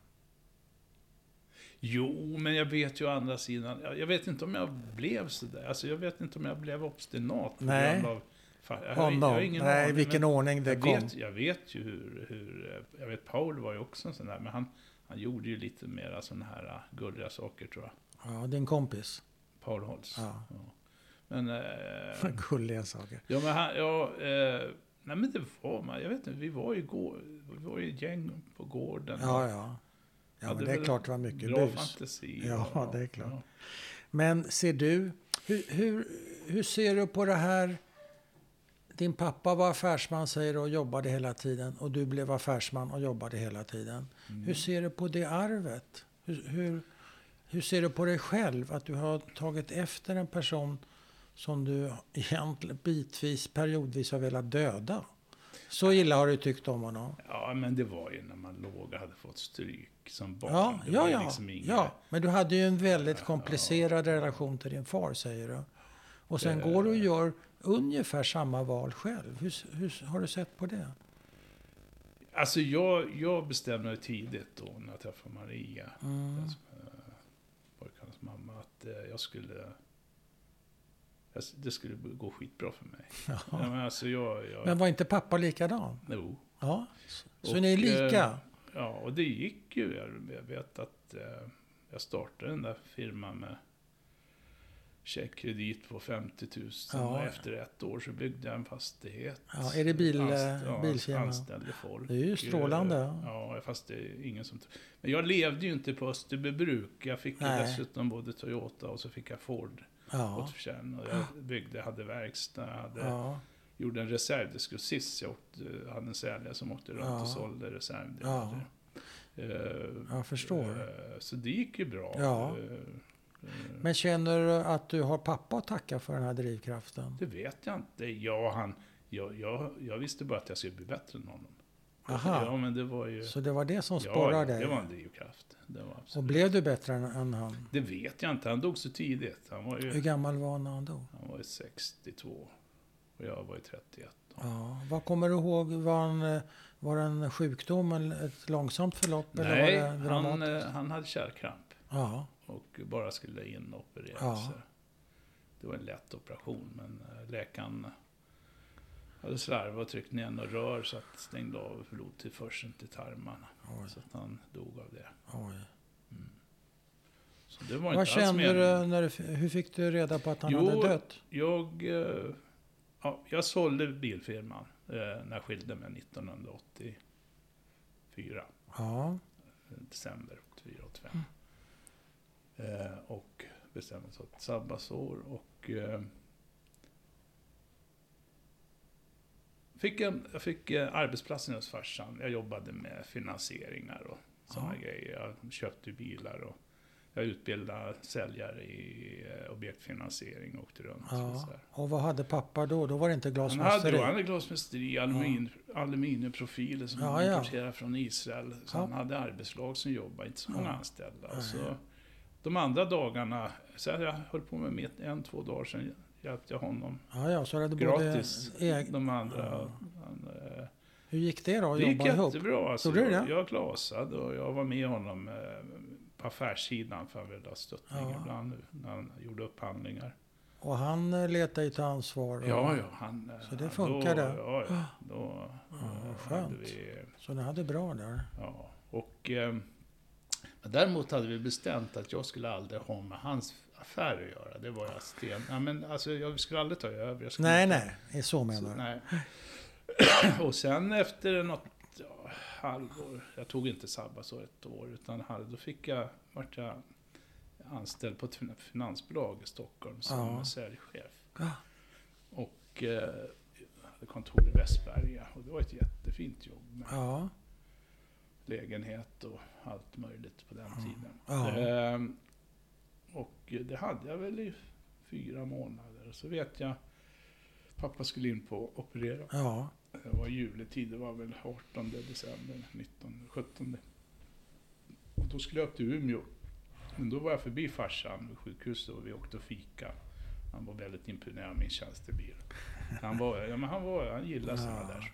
[SPEAKER 2] Jo, men jag vet ju å andra sidan, jag, jag vet inte om jag blev sådär. Alltså jag vet inte om jag blev obstinat på
[SPEAKER 1] Nej.
[SPEAKER 2] grund av... Fan, jag, har- jag har
[SPEAKER 1] Honom.
[SPEAKER 2] ingen
[SPEAKER 1] Nej,
[SPEAKER 2] aning,
[SPEAKER 1] vilken
[SPEAKER 2] men
[SPEAKER 1] ordning det
[SPEAKER 2] jag
[SPEAKER 1] kom.
[SPEAKER 2] vet, jag vet ju hur, hur... eh, Jag vet Paul var ju också en sån där, men han, han gjorde ju lite mera sådana här eh, gulliga saker tror jag.
[SPEAKER 1] Ja, din kompis.
[SPEAKER 2] Paul Holtz.
[SPEAKER 1] Ja.
[SPEAKER 2] Men... Eh,
[SPEAKER 1] [laughs] Gulliga saker.
[SPEAKER 2] ja, men han... Ja, eh, nej, men det var man. Jag vet inte, vi var ju, gå, vi var ju ett gäng på gården.
[SPEAKER 1] Ja, ja. Ja,
[SPEAKER 2] Hade
[SPEAKER 1] men det är
[SPEAKER 2] väl
[SPEAKER 1] klart det var mycket
[SPEAKER 2] Bra
[SPEAKER 1] bus.
[SPEAKER 2] fantasi.
[SPEAKER 1] Ja,
[SPEAKER 2] och-
[SPEAKER 1] det är klart. Men ser du, hur, hur, hur ser du på det här? Din pappa var affärsman säger du, och jobbade hela tiden och du blev affärsman och jobbade hela tiden. Hur ser du på det arvet? Hur, hur, hur ser du på dig själv? Att du har tagit efter en person som du egentligen bitvis, periodvis har velat döda. Så illa har du tyckt om honom.
[SPEAKER 2] Ja, men det var ju när man låg och hade fått stryk som barn.
[SPEAKER 1] Ja,
[SPEAKER 2] det
[SPEAKER 1] ja,
[SPEAKER 2] var ju
[SPEAKER 1] ja.
[SPEAKER 2] liksom inget-
[SPEAKER 1] ja. Men du hade ju en väldigt komplicerad relation till din far, säger du. Och sen
[SPEAKER 2] Det-
[SPEAKER 1] går du och gör ungefär samma val själv. Hur, hur har du sett på det?
[SPEAKER 2] Alltså jag, jag bestämde mig tidigt då när jag träffade Maria,
[SPEAKER 1] Mm.
[SPEAKER 2] den som, eh, pojkarnas mamma, att eh, jag skulle... jag- Det skulle gå skitbra för mig.
[SPEAKER 1] Ja.
[SPEAKER 2] Ja, men alltså jag... jag
[SPEAKER 1] Men var inte pappa likadan?
[SPEAKER 2] jo.
[SPEAKER 1] Ja. Så
[SPEAKER 2] Och,
[SPEAKER 1] ni är lika?
[SPEAKER 2] eh, Ja, och det gick ju. Jag, jag vet att eh, jag startade den där firman med checkkredit på 50 000
[SPEAKER 1] Ja.
[SPEAKER 2] och efter ett år så byggde jag en fastighet.
[SPEAKER 1] Ja, är det bil-
[SPEAKER 2] Anst- ja,
[SPEAKER 1] bilfirma?
[SPEAKER 2] Anställde folk.
[SPEAKER 1] Det är ju strålande.
[SPEAKER 2] Eh, Ja, fast det är ingen som... Men jag levde ju inte på Österbybruk. Jag fick ju
[SPEAKER 1] Nej.
[SPEAKER 2] dessutom både Toyota och så fick jag Ford
[SPEAKER 1] Ja.
[SPEAKER 2] återförsäljning. Och jag byggde, hade verkstad, hade
[SPEAKER 1] Ja.
[SPEAKER 2] gjorde en reservdiskursist. Jag åkte, hade en säljare som åkte runt
[SPEAKER 1] Ja.
[SPEAKER 2] och sålde reservdelar.
[SPEAKER 1] Ja.
[SPEAKER 2] Eh,
[SPEAKER 1] Jag förstår.
[SPEAKER 2] eh, Så det gick ju bra.
[SPEAKER 1] Ja.
[SPEAKER 2] Eh,
[SPEAKER 1] Men känner du att du har pappa att tacka för den här drivkraften?
[SPEAKER 2] Det vet jag inte. Ja, han, jag, jag, jag visste bara att jag skulle bli bättre än honom. Ja,
[SPEAKER 1] Aha.
[SPEAKER 2] men det var ju...
[SPEAKER 1] Så det var det som
[SPEAKER 2] ja,
[SPEAKER 1] sporrade
[SPEAKER 2] det var
[SPEAKER 1] dig?
[SPEAKER 2] en drivkraft. Det, var
[SPEAKER 1] Och
[SPEAKER 2] absolut.
[SPEAKER 1] blev du bättre än, än han?
[SPEAKER 2] det vet jag inte. Han dog så tidigt. Han var
[SPEAKER 1] Hur
[SPEAKER 2] ju,
[SPEAKER 1] gammal var han när han dog?
[SPEAKER 2] han var ju 62. Och jag var ju 31.
[SPEAKER 1] Ja, vad kommer du ihåg? Var, han, eh, var det en sjukdom, en- ett långsamt förlopp?
[SPEAKER 2] Nej,
[SPEAKER 1] eller var det
[SPEAKER 2] han,
[SPEAKER 1] dramatiskt?
[SPEAKER 2] eh, han hade kärlkramp.
[SPEAKER 1] Ja,
[SPEAKER 2] och bara skulle in och operera
[SPEAKER 1] Ja.
[SPEAKER 2] sig. Det var en lätt operation, men eh, läkaren hade slarvat och tryckt ner några rör så att det stängde av blodtillförseln till tarmarna.
[SPEAKER 1] oj,
[SPEAKER 2] Så att han dog av det.
[SPEAKER 1] oj.
[SPEAKER 2] Så det var
[SPEAKER 1] Vad
[SPEAKER 2] inte alls
[SPEAKER 1] kände du?
[SPEAKER 2] meningen.
[SPEAKER 1] När du f- hur fick du reda på att han
[SPEAKER 2] Jo.
[SPEAKER 1] hade dött?
[SPEAKER 2] Jag, eh, ja, jag sålde bilfirman eh, när jag skilde mig 1984.
[SPEAKER 1] Ja,
[SPEAKER 2] december 84, 85. Eh, och bestämde sig för ett sabbatsår och eh, fick en, jag fick eh, arbetsplatsen hos farsan. Jag jobbade med finansieringar och sådana
[SPEAKER 1] Ja.
[SPEAKER 2] grejer. Jag köpte ju bilar och jag utbildade säljare i eh, objektfinansiering och åkte runt. Och
[SPEAKER 1] ja.
[SPEAKER 2] så här.
[SPEAKER 1] Och vad hade pappa då? Då var det inte
[SPEAKER 2] Han hade,
[SPEAKER 1] glasmästeri?
[SPEAKER 2] då, han hade glasmästeri, alumin, aluminiumprofiler som
[SPEAKER 1] Ja,
[SPEAKER 2] han
[SPEAKER 1] ja.
[SPEAKER 2] importerade från Israel. Så
[SPEAKER 1] Ja.
[SPEAKER 2] han hade arbetslag som jobbade, inte så många anställda.
[SPEAKER 1] Ja,
[SPEAKER 2] Och
[SPEAKER 1] ja.
[SPEAKER 2] så, de andra dagarna, så jag höll på med mitt en, två dagar, sen hjälpte jag honom
[SPEAKER 1] Ja, ja, så du hade
[SPEAKER 2] gratis.
[SPEAKER 1] Både eg...
[SPEAKER 2] De andra,
[SPEAKER 1] Ja.
[SPEAKER 2] han, eh,
[SPEAKER 1] Hur gick det då att
[SPEAKER 2] det gick
[SPEAKER 1] jobba ihop?
[SPEAKER 2] jättebra. Alltså,
[SPEAKER 1] Gjorde det
[SPEAKER 2] jag,
[SPEAKER 1] det?
[SPEAKER 2] jag klasade och jag var med honom eh, på affärssidan för han ville ha stöttning
[SPEAKER 1] Ja.
[SPEAKER 2] ibland nu, när han gjorde upphandlingar.
[SPEAKER 1] Och han eh, letade ju ta ansvar. och-
[SPEAKER 2] Ja, ja. Han,
[SPEAKER 1] Så det
[SPEAKER 2] han-
[SPEAKER 1] funkade?
[SPEAKER 2] Då, ja, ja. Då, eh,
[SPEAKER 1] vad skönt.
[SPEAKER 2] hade vi,
[SPEAKER 1] Så ni hade bra där.
[SPEAKER 2] ja, och, eh, men däremot hade vi bestämt att jag skulle aldrig ha med hans affär att göra. Det var jag sten... Ja, men, alltså, jag skulle aldrig ta över. Jag skulle
[SPEAKER 1] Nej,
[SPEAKER 2] inte-
[SPEAKER 1] nej, det är så
[SPEAKER 2] så,
[SPEAKER 1] menar du?
[SPEAKER 2] nej. [clears throat] Och sen efter något ja, halvår, jag tog inte sabbatsår ett år, utan halv, då fick jag, vart jag anställd på ett fin- finansbolag i Stockholm som
[SPEAKER 1] Ja. Ah.
[SPEAKER 2] säljchef.
[SPEAKER 1] Ja.
[SPEAKER 2] Och eh, hade kontor i Västberga och det var ett jättefint jobb med
[SPEAKER 1] Ja,
[SPEAKER 2] lägenhet och allt möjligt på den tiden.
[SPEAKER 1] Ja.
[SPEAKER 2] Ehm, och det hade jag väl i fyra månader. Så vet jag, pappa skulle in på operera.
[SPEAKER 1] ja.
[SPEAKER 2] Det var juletid, det var väl 18 december, 19, 17. Och då skulle jag upp till Umeå. Men då var jag förbi farsan vid sjukhuset och vi åkte och fika. Han var väldigt imponerad av min tjänstebil. Han, var, ja, men han, var, han gillade sådana
[SPEAKER 1] Ja.
[SPEAKER 2] där.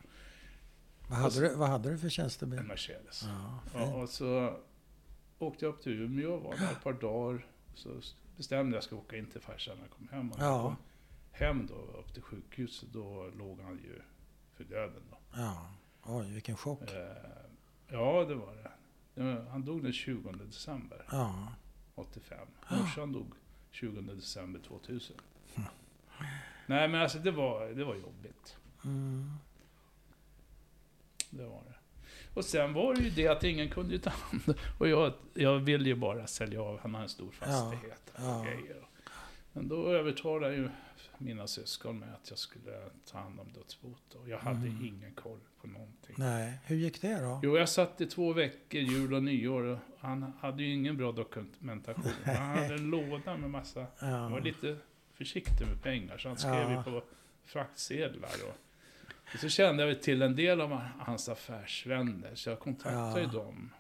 [SPEAKER 1] Vad
[SPEAKER 2] Alltså-
[SPEAKER 1] hade, du, vad hade du för
[SPEAKER 2] En
[SPEAKER 1] tjänstebil?
[SPEAKER 2] Mercedes.
[SPEAKER 1] Ja,
[SPEAKER 2] Alltså. Ja,
[SPEAKER 1] fint.
[SPEAKER 2] och så åkte jag upp till Umeå, var där ett par dagar. Så bestämde jag att jag skulle åka in till farsan när jag kom hem. Och när jag
[SPEAKER 1] Ja.
[SPEAKER 2] kom hem då, upp till sjukhuset, då låg han ju för döden. Då.
[SPEAKER 1] ja. Oj, vilken chock.
[SPEAKER 2] Eh, Ja, det var det. Ja, Han dog den 20 december
[SPEAKER 1] Ja.
[SPEAKER 2] 85.
[SPEAKER 1] Ah.
[SPEAKER 2] Morsan dog 20 december 2000. Nej, men alltså det var, det var jobbigt.
[SPEAKER 1] Mm.
[SPEAKER 2] Det var det. Och sen var det ju det att ingen kunde ju ta hand Och jag, jag ville ju bara sälja av, han har en stor fastighet.
[SPEAKER 1] Ja, ja.
[SPEAKER 2] och grejer. Men då övertalade ju mina syskon med att jag skulle ta hand om dödsboet. Och jag hade
[SPEAKER 1] Mm.
[SPEAKER 2] ingen koll på någonting.
[SPEAKER 1] Nej, hur gick det då?
[SPEAKER 2] Jo, jag satt i två veckor, jul och nyår. Och han hade ju ingen bra dokumentation. Han hade en låda med massa... Han var
[SPEAKER 1] Ja.
[SPEAKER 2] lite försiktig med pengar, så han skrev
[SPEAKER 1] Ehm. Ja.
[SPEAKER 2] ju på fraktsedlar. Och, och så kände jag väl till en del av hans affärsvänner, så jag kontaktade ju
[SPEAKER 1] Ja.
[SPEAKER 2] dem.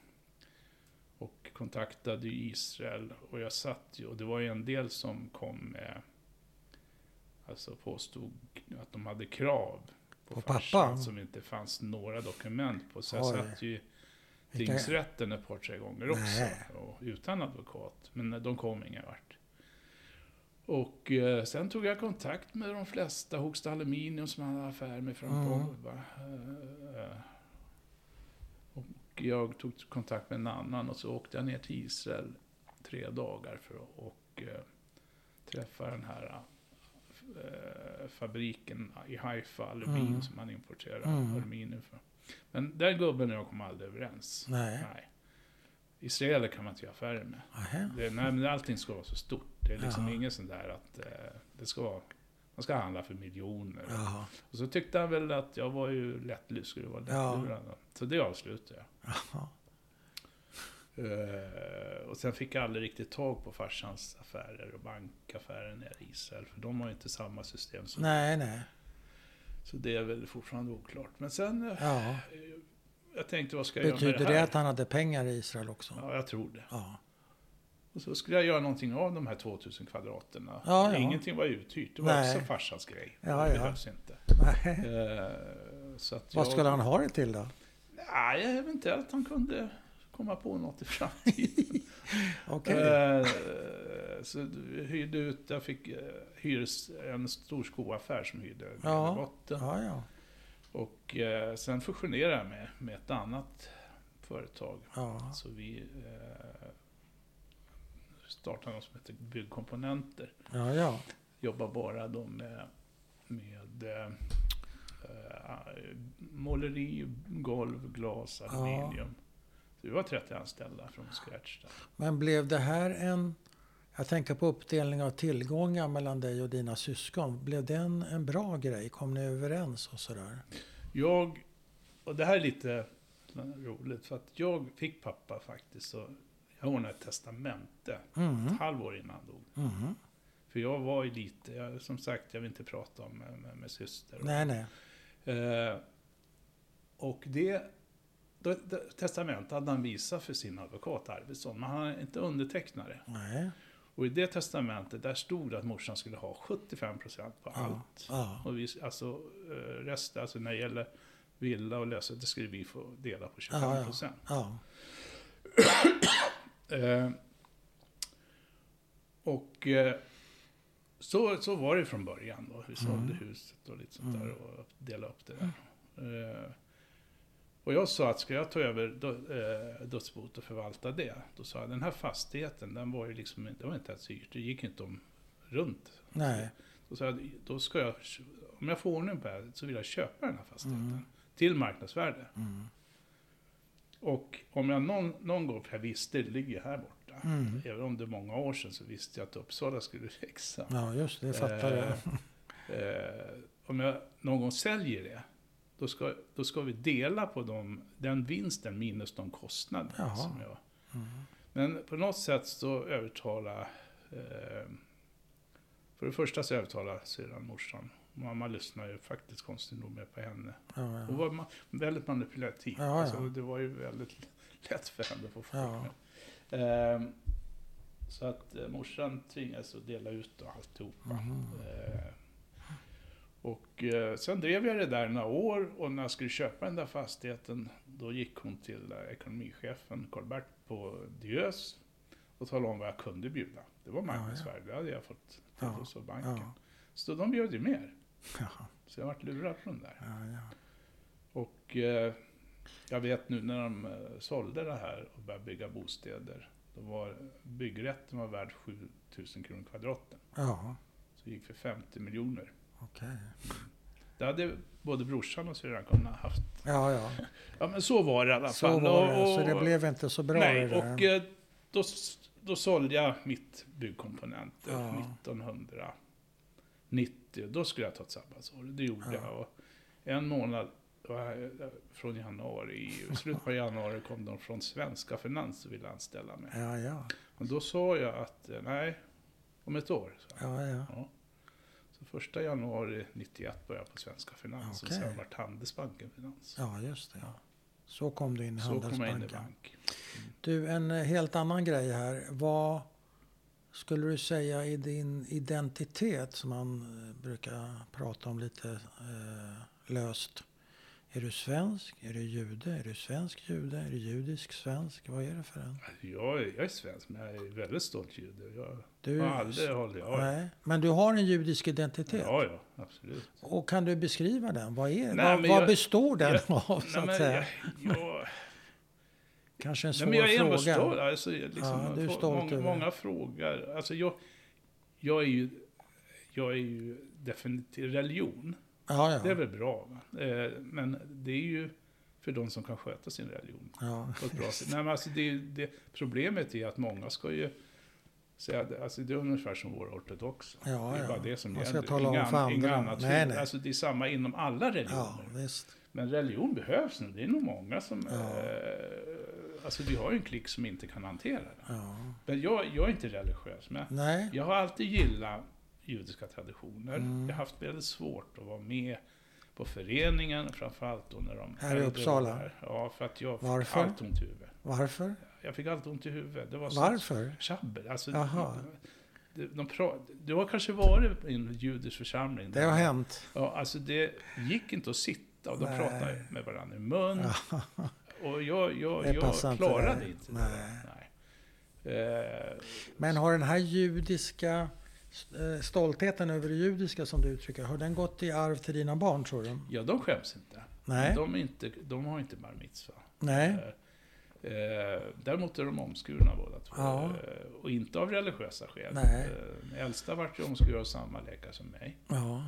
[SPEAKER 2] Och kontaktade ju Israel. Och jag satt ju, och det var ju en del som kom med... Alltså påstod att de hade krav på,
[SPEAKER 1] På
[SPEAKER 2] farsan
[SPEAKER 1] pappa?
[SPEAKER 2] som inte fanns några dokument på. Så jag
[SPEAKER 1] Oj.
[SPEAKER 2] satt ju i
[SPEAKER 1] Vilka-
[SPEAKER 2] tingsrätten ett par, tre gånger också.
[SPEAKER 1] Nej.
[SPEAKER 2] Och utan advokat. Men de kom ingen vart. Och eh, sen tog jag kontakt med de flesta, Hogsta Aluminium som jag hade affär med från
[SPEAKER 1] Mm.
[SPEAKER 2] Volvo. bara, eh, Och jag tog kontakt med en annan och så åkte jag ner till Israel tre dagar för att och, eh, träffa den här eh, fabriken i Haifa, aluminium
[SPEAKER 1] Mm.
[SPEAKER 2] som man importerar
[SPEAKER 1] Mm.
[SPEAKER 2] aluminium från. Men den gubben och jag kom aldrig överens.
[SPEAKER 1] Nej.
[SPEAKER 2] Israeler kan man inte göra affärer med.
[SPEAKER 1] Nähä.
[SPEAKER 2] Det, nej, men allting ska vara så stort. Det är liksom
[SPEAKER 1] Ja.
[SPEAKER 2] ingen sån där att eh, det ska vara, man ska handla för miljoner.
[SPEAKER 1] Jaha.
[SPEAKER 2] Och så tyckte han väl att jag var ju lättlurad, skulle vara
[SPEAKER 1] Ja.
[SPEAKER 2] lättlurad. Så det avslutade jag.
[SPEAKER 1] Jaha.
[SPEAKER 2] Eh, och sen fick jag aldrig riktigt tag på farsans affärer och bankaffärer nere i Israel. För de har ju inte samma system. Som,
[SPEAKER 1] Nej, nej.
[SPEAKER 2] så det är väl fortfarande oklart. Men sen, eh,
[SPEAKER 1] Ja.
[SPEAKER 2] jag tänkte vad ska jag göra
[SPEAKER 1] Betyder
[SPEAKER 2] med det
[SPEAKER 1] det
[SPEAKER 2] här?
[SPEAKER 1] att han hade pengar i Israel också?
[SPEAKER 2] Ja, jag tror det.
[SPEAKER 1] Ja.
[SPEAKER 2] Och så skulle jag göra någonting av de här 2000 kvadraterna.
[SPEAKER 1] Ja, ja.
[SPEAKER 2] Ingenting var uthyrt. Det var
[SPEAKER 1] Nej.
[SPEAKER 2] också farsans grej.
[SPEAKER 1] Ja,
[SPEAKER 2] det
[SPEAKER 1] ja.
[SPEAKER 2] behövs inte.
[SPEAKER 1] Nej.
[SPEAKER 2] Eh, så att
[SPEAKER 1] Vad
[SPEAKER 2] jag-
[SPEAKER 1] skulle han ha det till då?
[SPEAKER 2] Nej, eventuellt han kunde komma på något i framtiden.
[SPEAKER 1] [laughs] Okej.
[SPEAKER 2] Eh, så jag hyrde ut, jag fick eh, hyres, en stor skoaffär som hyrde
[SPEAKER 1] Ja.
[SPEAKER 2] ja. botten.
[SPEAKER 1] Ja, ja.
[SPEAKER 2] Och eh, sen fusionerade jag med, med ett annat företag.
[SPEAKER 1] Ja.
[SPEAKER 2] Så vi eh, startade något som heter Byggkomponenter.
[SPEAKER 1] Ja, ja.
[SPEAKER 2] Jobbar bara då med, med eh, eh, måleri, golv, glas,
[SPEAKER 1] Ja.
[SPEAKER 2] aluminium. Så vi var 30 anställda från scratch. Där.
[SPEAKER 1] Men blev det här en... Jag tänker på uppdelning av tillgångar mellan dig och dina syskon. Blev det en, en bra grej? Kom ni överens och sådär?
[SPEAKER 2] Jag, och det här är lite roligt, för att jag fick pappa faktiskt. Och jag ordnade ett testamente
[SPEAKER 1] Mm.
[SPEAKER 2] ett halvår innan han dog.
[SPEAKER 1] Mm.
[SPEAKER 2] För jag var ju lite, jag, som sagt, jag vill inte prata om med, med, med syster. och-
[SPEAKER 1] Nej, nej.
[SPEAKER 2] Eh, och det, då, det testamentet hade han visat för sin advokat Arvidsson, men han hade inte undertecknat det.
[SPEAKER 1] Nej.
[SPEAKER 2] Och i det testamentet, där stod det att morsan skulle ha 75% på allt.
[SPEAKER 1] Ja.
[SPEAKER 2] Och vi, alltså eh, resten, alltså när det gäller villa och lösöre, det skulle vi få dela på 25%.
[SPEAKER 1] Ja, ja. ja.
[SPEAKER 2] Eh, och eh, så, så var det från början då. Vi sålde huset och lite sånt där och upp- delade upp det där. Eh, och jag sa att ska jag ta över dö, eh, dödsboet och förvalta det? Då sa jag den här fastigheten, den var ju liksom, det var inte ens hyrt. Det gick inte om runt.
[SPEAKER 1] Nej.
[SPEAKER 2] Då sa jag, då ska jag, om jag får ordning på det här så vill jag köpa den här fastigheten till marknadsvärde.
[SPEAKER 1] Mm.
[SPEAKER 2] Och om jag någon, någon gång, för jag visste, det ligger här borta.
[SPEAKER 1] Mm.
[SPEAKER 2] Även om det är många år sedan så visste jag att Uppsala skulle [laughs] växa.
[SPEAKER 1] Ja, just det. Det fattar jag.
[SPEAKER 2] Eh, eh, om jag någon gång säljer det, då ska, då ska vi dela på dem, den vinsten minus de kostnader
[SPEAKER 1] Jaha.
[SPEAKER 2] som jag...
[SPEAKER 1] Mm.
[SPEAKER 2] Men på något sätt så övertala... Eh, för det första så övertalar syrran morsan Mamma lyssnade ju faktiskt konstigt nog mer på henne.
[SPEAKER 1] Ja,
[SPEAKER 2] Hon
[SPEAKER 1] ja.
[SPEAKER 2] var ma- väldigt manipulativ.
[SPEAKER 1] Ja, ja.
[SPEAKER 2] Alltså, det var ju väldigt [laughs] lätt för henne att få folk
[SPEAKER 1] Ja.
[SPEAKER 2] med. Ehm, så att eh, morsan tvingades att dela ut och alltihopa.
[SPEAKER 1] Mhm.
[SPEAKER 2] Eh, och eh, sen drev jag det där några år och när jag skulle köpa den där fastigheten då gick hon till eh, ekonomichefen Karl-Bert på Diös och talade om vad jag kunde bjuda. Det var marknadsvärde, det hade jag fått till
[SPEAKER 1] Ja,
[SPEAKER 2] hos banken.
[SPEAKER 1] Ja,
[SPEAKER 2] Så de bjöd ju mer.
[SPEAKER 1] ja,
[SPEAKER 2] Så jag vart lurad på den där.
[SPEAKER 1] ja, ja.
[SPEAKER 2] Och eh, jag vet nu när de eh, sålde det här och började bygga bostäder. Då var byggrätten var värd 7000 kronor kvadratmeter.
[SPEAKER 1] ja
[SPEAKER 2] Så det gick för 50 miljoner.
[SPEAKER 1] okej.
[SPEAKER 2] Det hade både brorsan och syrran kunnat haft.
[SPEAKER 1] Ja, ja.
[SPEAKER 2] Ja men så var det i alla fall.
[SPEAKER 1] Så var det,
[SPEAKER 2] Och-
[SPEAKER 1] så det
[SPEAKER 2] och-
[SPEAKER 1] blev inte så bra
[SPEAKER 2] Nej,
[SPEAKER 1] det där.
[SPEAKER 2] och eh, då, s- då sålde jag mitt byggkomponenter
[SPEAKER 1] Ja.
[SPEAKER 2] 1990. Då skulle jag ta ett sabbatsår, det
[SPEAKER 1] Ja.
[SPEAKER 2] gjorde jag. Och en månad var jag- eh, från januari, i slutet på januari kom de från svenska finans och ville anställa mig.
[SPEAKER 1] Ja, ja,
[SPEAKER 2] Men då sa jag att eh, nej, om ett år. sa jag.
[SPEAKER 1] ja, ja.
[SPEAKER 2] Ja. Så första januari 91 började jag på svenska finans och
[SPEAKER 1] Okej.
[SPEAKER 2] sen vart Handelsbanken finans.
[SPEAKER 1] ja just det.
[SPEAKER 2] Ja.
[SPEAKER 1] Så kom du in i
[SPEAKER 2] Så kom jag in i
[SPEAKER 1] Handelsbanken.
[SPEAKER 2] bank.
[SPEAKER 1] Du, en eh, helt annan grej här. Vad skulle du säga i din identitet som man eh, brukar prata om lite eh, löst? Är du svensk? Är du jude? Är du svensk jude? Är du judisk svensk? Vad är det för en?
[SPEAKER 2] Jag, är- jag är svensk, men jag är väldigt stolt jude. Jag
[SPEAKER 1] Du,
[SPEAKER 2] har aldrig hållit av.
[SPEAKER 1] Nej, men du har en judisk identitet.
[SPEAKER 2] Ja, ja, absolut.
[SPEAKER 1] Och kan du beskriva den? Vad, är,
[SPEAKER 2] Nej,
[SPEAKER 1] vad,
[SPEAKER 2] men
[SPEAKER 1] vad
[SPEAKER 2] jag-
[SPEAKER 1] består den av? Så
[SPEAKER 2] Nej,
[SPEAKER 1] att
[SPEAKER 2] men
[SPEAKER 1] säga?
[SPEAKER 2] jag, jag,
[SPEAKER 1] Kanske en svår
[SPEAKER 2] nej, men jag är
[SPEAKER 1] fråga.
[SPEAKER 2] ändå stolt. Alltså, jag liksom,
[SPEAKER 1] Ja, du är
[SPEAKER 2] få-
[SPEAKER 1] stolt
[SPEAKER 2] många,
[SPEAKER 1] över det.
[SPEAKER 2] många frågar. Alltså, jag, jag, är ju, jag är ju definitivt religion.
[SPEAKER 1] Ja, ja.
[SPEAKER 2] Det är väl bra. Va? Eh, Men det är ju för de som kan sköta sin religion
[SPEAKER 1] ja.
[SPEAKER 2] på ett
[SPEAKER 1] [laughs]
[SPEAKER 2] bra sätt. Nej, men alltså, det, är ju- det, problemet är att många ska ju säga, att- alltså, det är ungefär som våra ortodoxa.
[SPEAKER 1] Ja,
[SPEAKER 2] det är
[SPEAKER 1] ja.
[SPEAKER 2] bara det som
[SPEAKER 1] Man ska
[SPEAKER 2] gäller.
[SPEAKER 1] tala om
[SPEAKER 2] Inga
[SPEAKER 1] för
[SPEAKER 2] an-
[SPEAKER 1] andra.
[SPEAKER 2] inga annat.
[SPEAKER 1] Nej,
[SPEAKER 2] Nej,
[SPEAKER 1] nej.
[SPEAKER 2] Alltså, det är samma inom alla religioner.
[SPEAKER 1] ja, visst.
[SPEAKER 2] Men religion behövs nu. Det är nog många som...
[SPEAKER 1] Ja.
[SPEAKER 2] Eh, alltså vi har ju en klick som inte kan hantera det.
[SPEAKER 1] Ja.
[SPEAKER 2] Men jag, jag är inte religiös, men
[SPEAKER 1] Nej.
[SPEAKER 2] jag har alltid gillat judiska traditioner.
[SPEAKER 1] Mm.
[SPEAKER 2] Jag har haft väldigt svårt att vara med på föreningen, framförallt då när de...
[SPEAKER 1] Här i Uppsala?
[SPEAKER 2] Här. Ja, för att jag fick
[SPEAKER 1] Varför?
[SPEAKER 2] allt ont i huvudet.
[SPEAKER 1] Varför?
[SPEAKER 2] Jag fick allt ont i huvudet. Det var så-
[SPEAKER 1] Varför?
[SPEAKER 2] tjabbel. Alltså,
[SPEAKER 1] Jaha.
[SPEAKER 2] De, de pra- du har kanske varit i en judisk församling?
[SPEAKER 1] Det har hänt.
[SPEAKER 2] Ja, alltså det gick inte att sitta och de
[SPEAKER 1] Nej.
[SPEAKER 2] pratade med varandra i mun. Och jag,
[SPEAKER 1] Det
[SPEAKER 2] jag,
[SPEAKER 1] passar
[SPEAKER 2] jag
[SPEAKER 1] inte
[SPEAKER 2] klarade
[SPEAKER 1] dig.
[SPEAKER 2] inte
[SPEAKER 1] Nej.
[SPEAKER 2] det. Nej. Eh,
[SPEAKER 1] Men har den här judiska eh, stoltheten över det judiska som du uttrycker, har den gått i arv till dina barn tror du?
[SPEAKER 2] ja, de skäms inte.
[SPEAKER 1] Nej.
[SPEAKER 2] De, är inte, de har inte bar mitzva.
[SPEAKER 1] Nej.
[SPEAKER 2] Eh, eh, däremot är de omskurna båda två.
[SPEAKER 1] Ja.
[SPEAKER 2] Eh, och inte av religiösa skäl.
[SPEAKER 1] Nej.
[SPEAKER 2] Eh, den äldsta vart ju omskuren av samma läkare som mig.
[SPEAKER 1] Ja,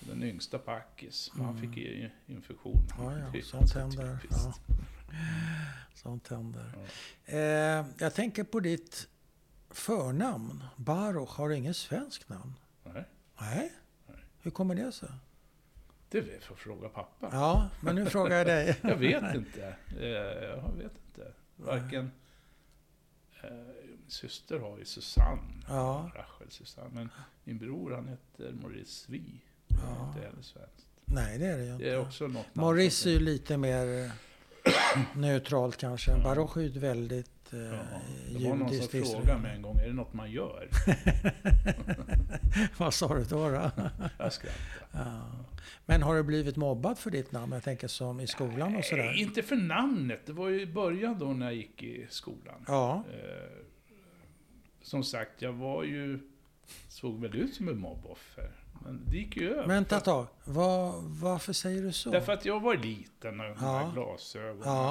[SPEAKER 2] Den yngsta på Akis. Han
[SPEAKER 1] Mm.
[SPEAKER 2] fick ju infektion.
[SPEAKER 1] ja,
[SPEAKER 2] Det är
[SPEAKER 1] ja. sånt
[SPEAKER 2] ganska
[SPEAKER 1] händer.
[SPEAKER 2] typiskt.
[SPEAKER 1] Ja. Sånt händer. Eh, jag tänker på ditt förnamn. Baruch har inget svenskt namn.
[SPEAKER 2] Nej.
[SPEAKER 1] Nej.
[SPEAKER 2] Nej.
[SPEAKER 1] Hur kommer det sig?
[SPEAKER 2] Det är väl för att fråga pappa.
[SPEAKER 1] Ja, men nu frågar jag dig.
[SPEAKER 2] [laughs]
[SPEAKER 1] [laughs]
[SPEAKER 2] Jag vet inte. Eh, Jag vet inte. Varken... Eh, min syster har ju Susanne.
[SPEAKER 1] Ja.
[SPEAKER 2] Rachel Susanne. Men min bror han heter Maurice Svi.
[SPEAKER 1] Ja.
[SPEAKER 2] Ja. Inte heller svenskt.
[SPEAKER 1] Nej, det är det ju inte.
[SPEAKER 2] Det är också något namn som-
[SPEAKER 1] Maurice är ju lite mer [clears throat] neutralt kanske.
[SPEAKER 2] Ja.
[SPEAKER 1] Baruch är ju ett väldigt eh,
[SPEAKER 2] Ja. Det var någon som
[SPEAKER 1] judiskt
[SPEAKER 2] frågade mig en gång, är det något man gör?
[SPEAKER 1] [laughs] Vad sa du då? [laughs] då?
[SPEAKER 2] Jag skrattade.
[SPEAKER 1] ja. Men har du blivit mobbad för ditt namn? Jag tänker som i skolan och
[SPEAKER 2] Nej,
[SPEAKER 1] sådär.
[SPEAKER 2] Eh, Inte för namnet. Det var ju i början då när jag gick i skolan.
[SPEAKER 1] Ja,
[SPEAKER 2] Eh, som sagt, jag var ju... Såg väl ut som ett mobboffer. Men det gick ju över.
[SPEAKER 1] vänta ett tag. Var, varför säger du så?
[SPEAKER 2] Därför att jag var liten och de här
[SPEAKER 1] Ja.
[SPEAKER 2] glasögonen
[SPEAKER 1] Ja.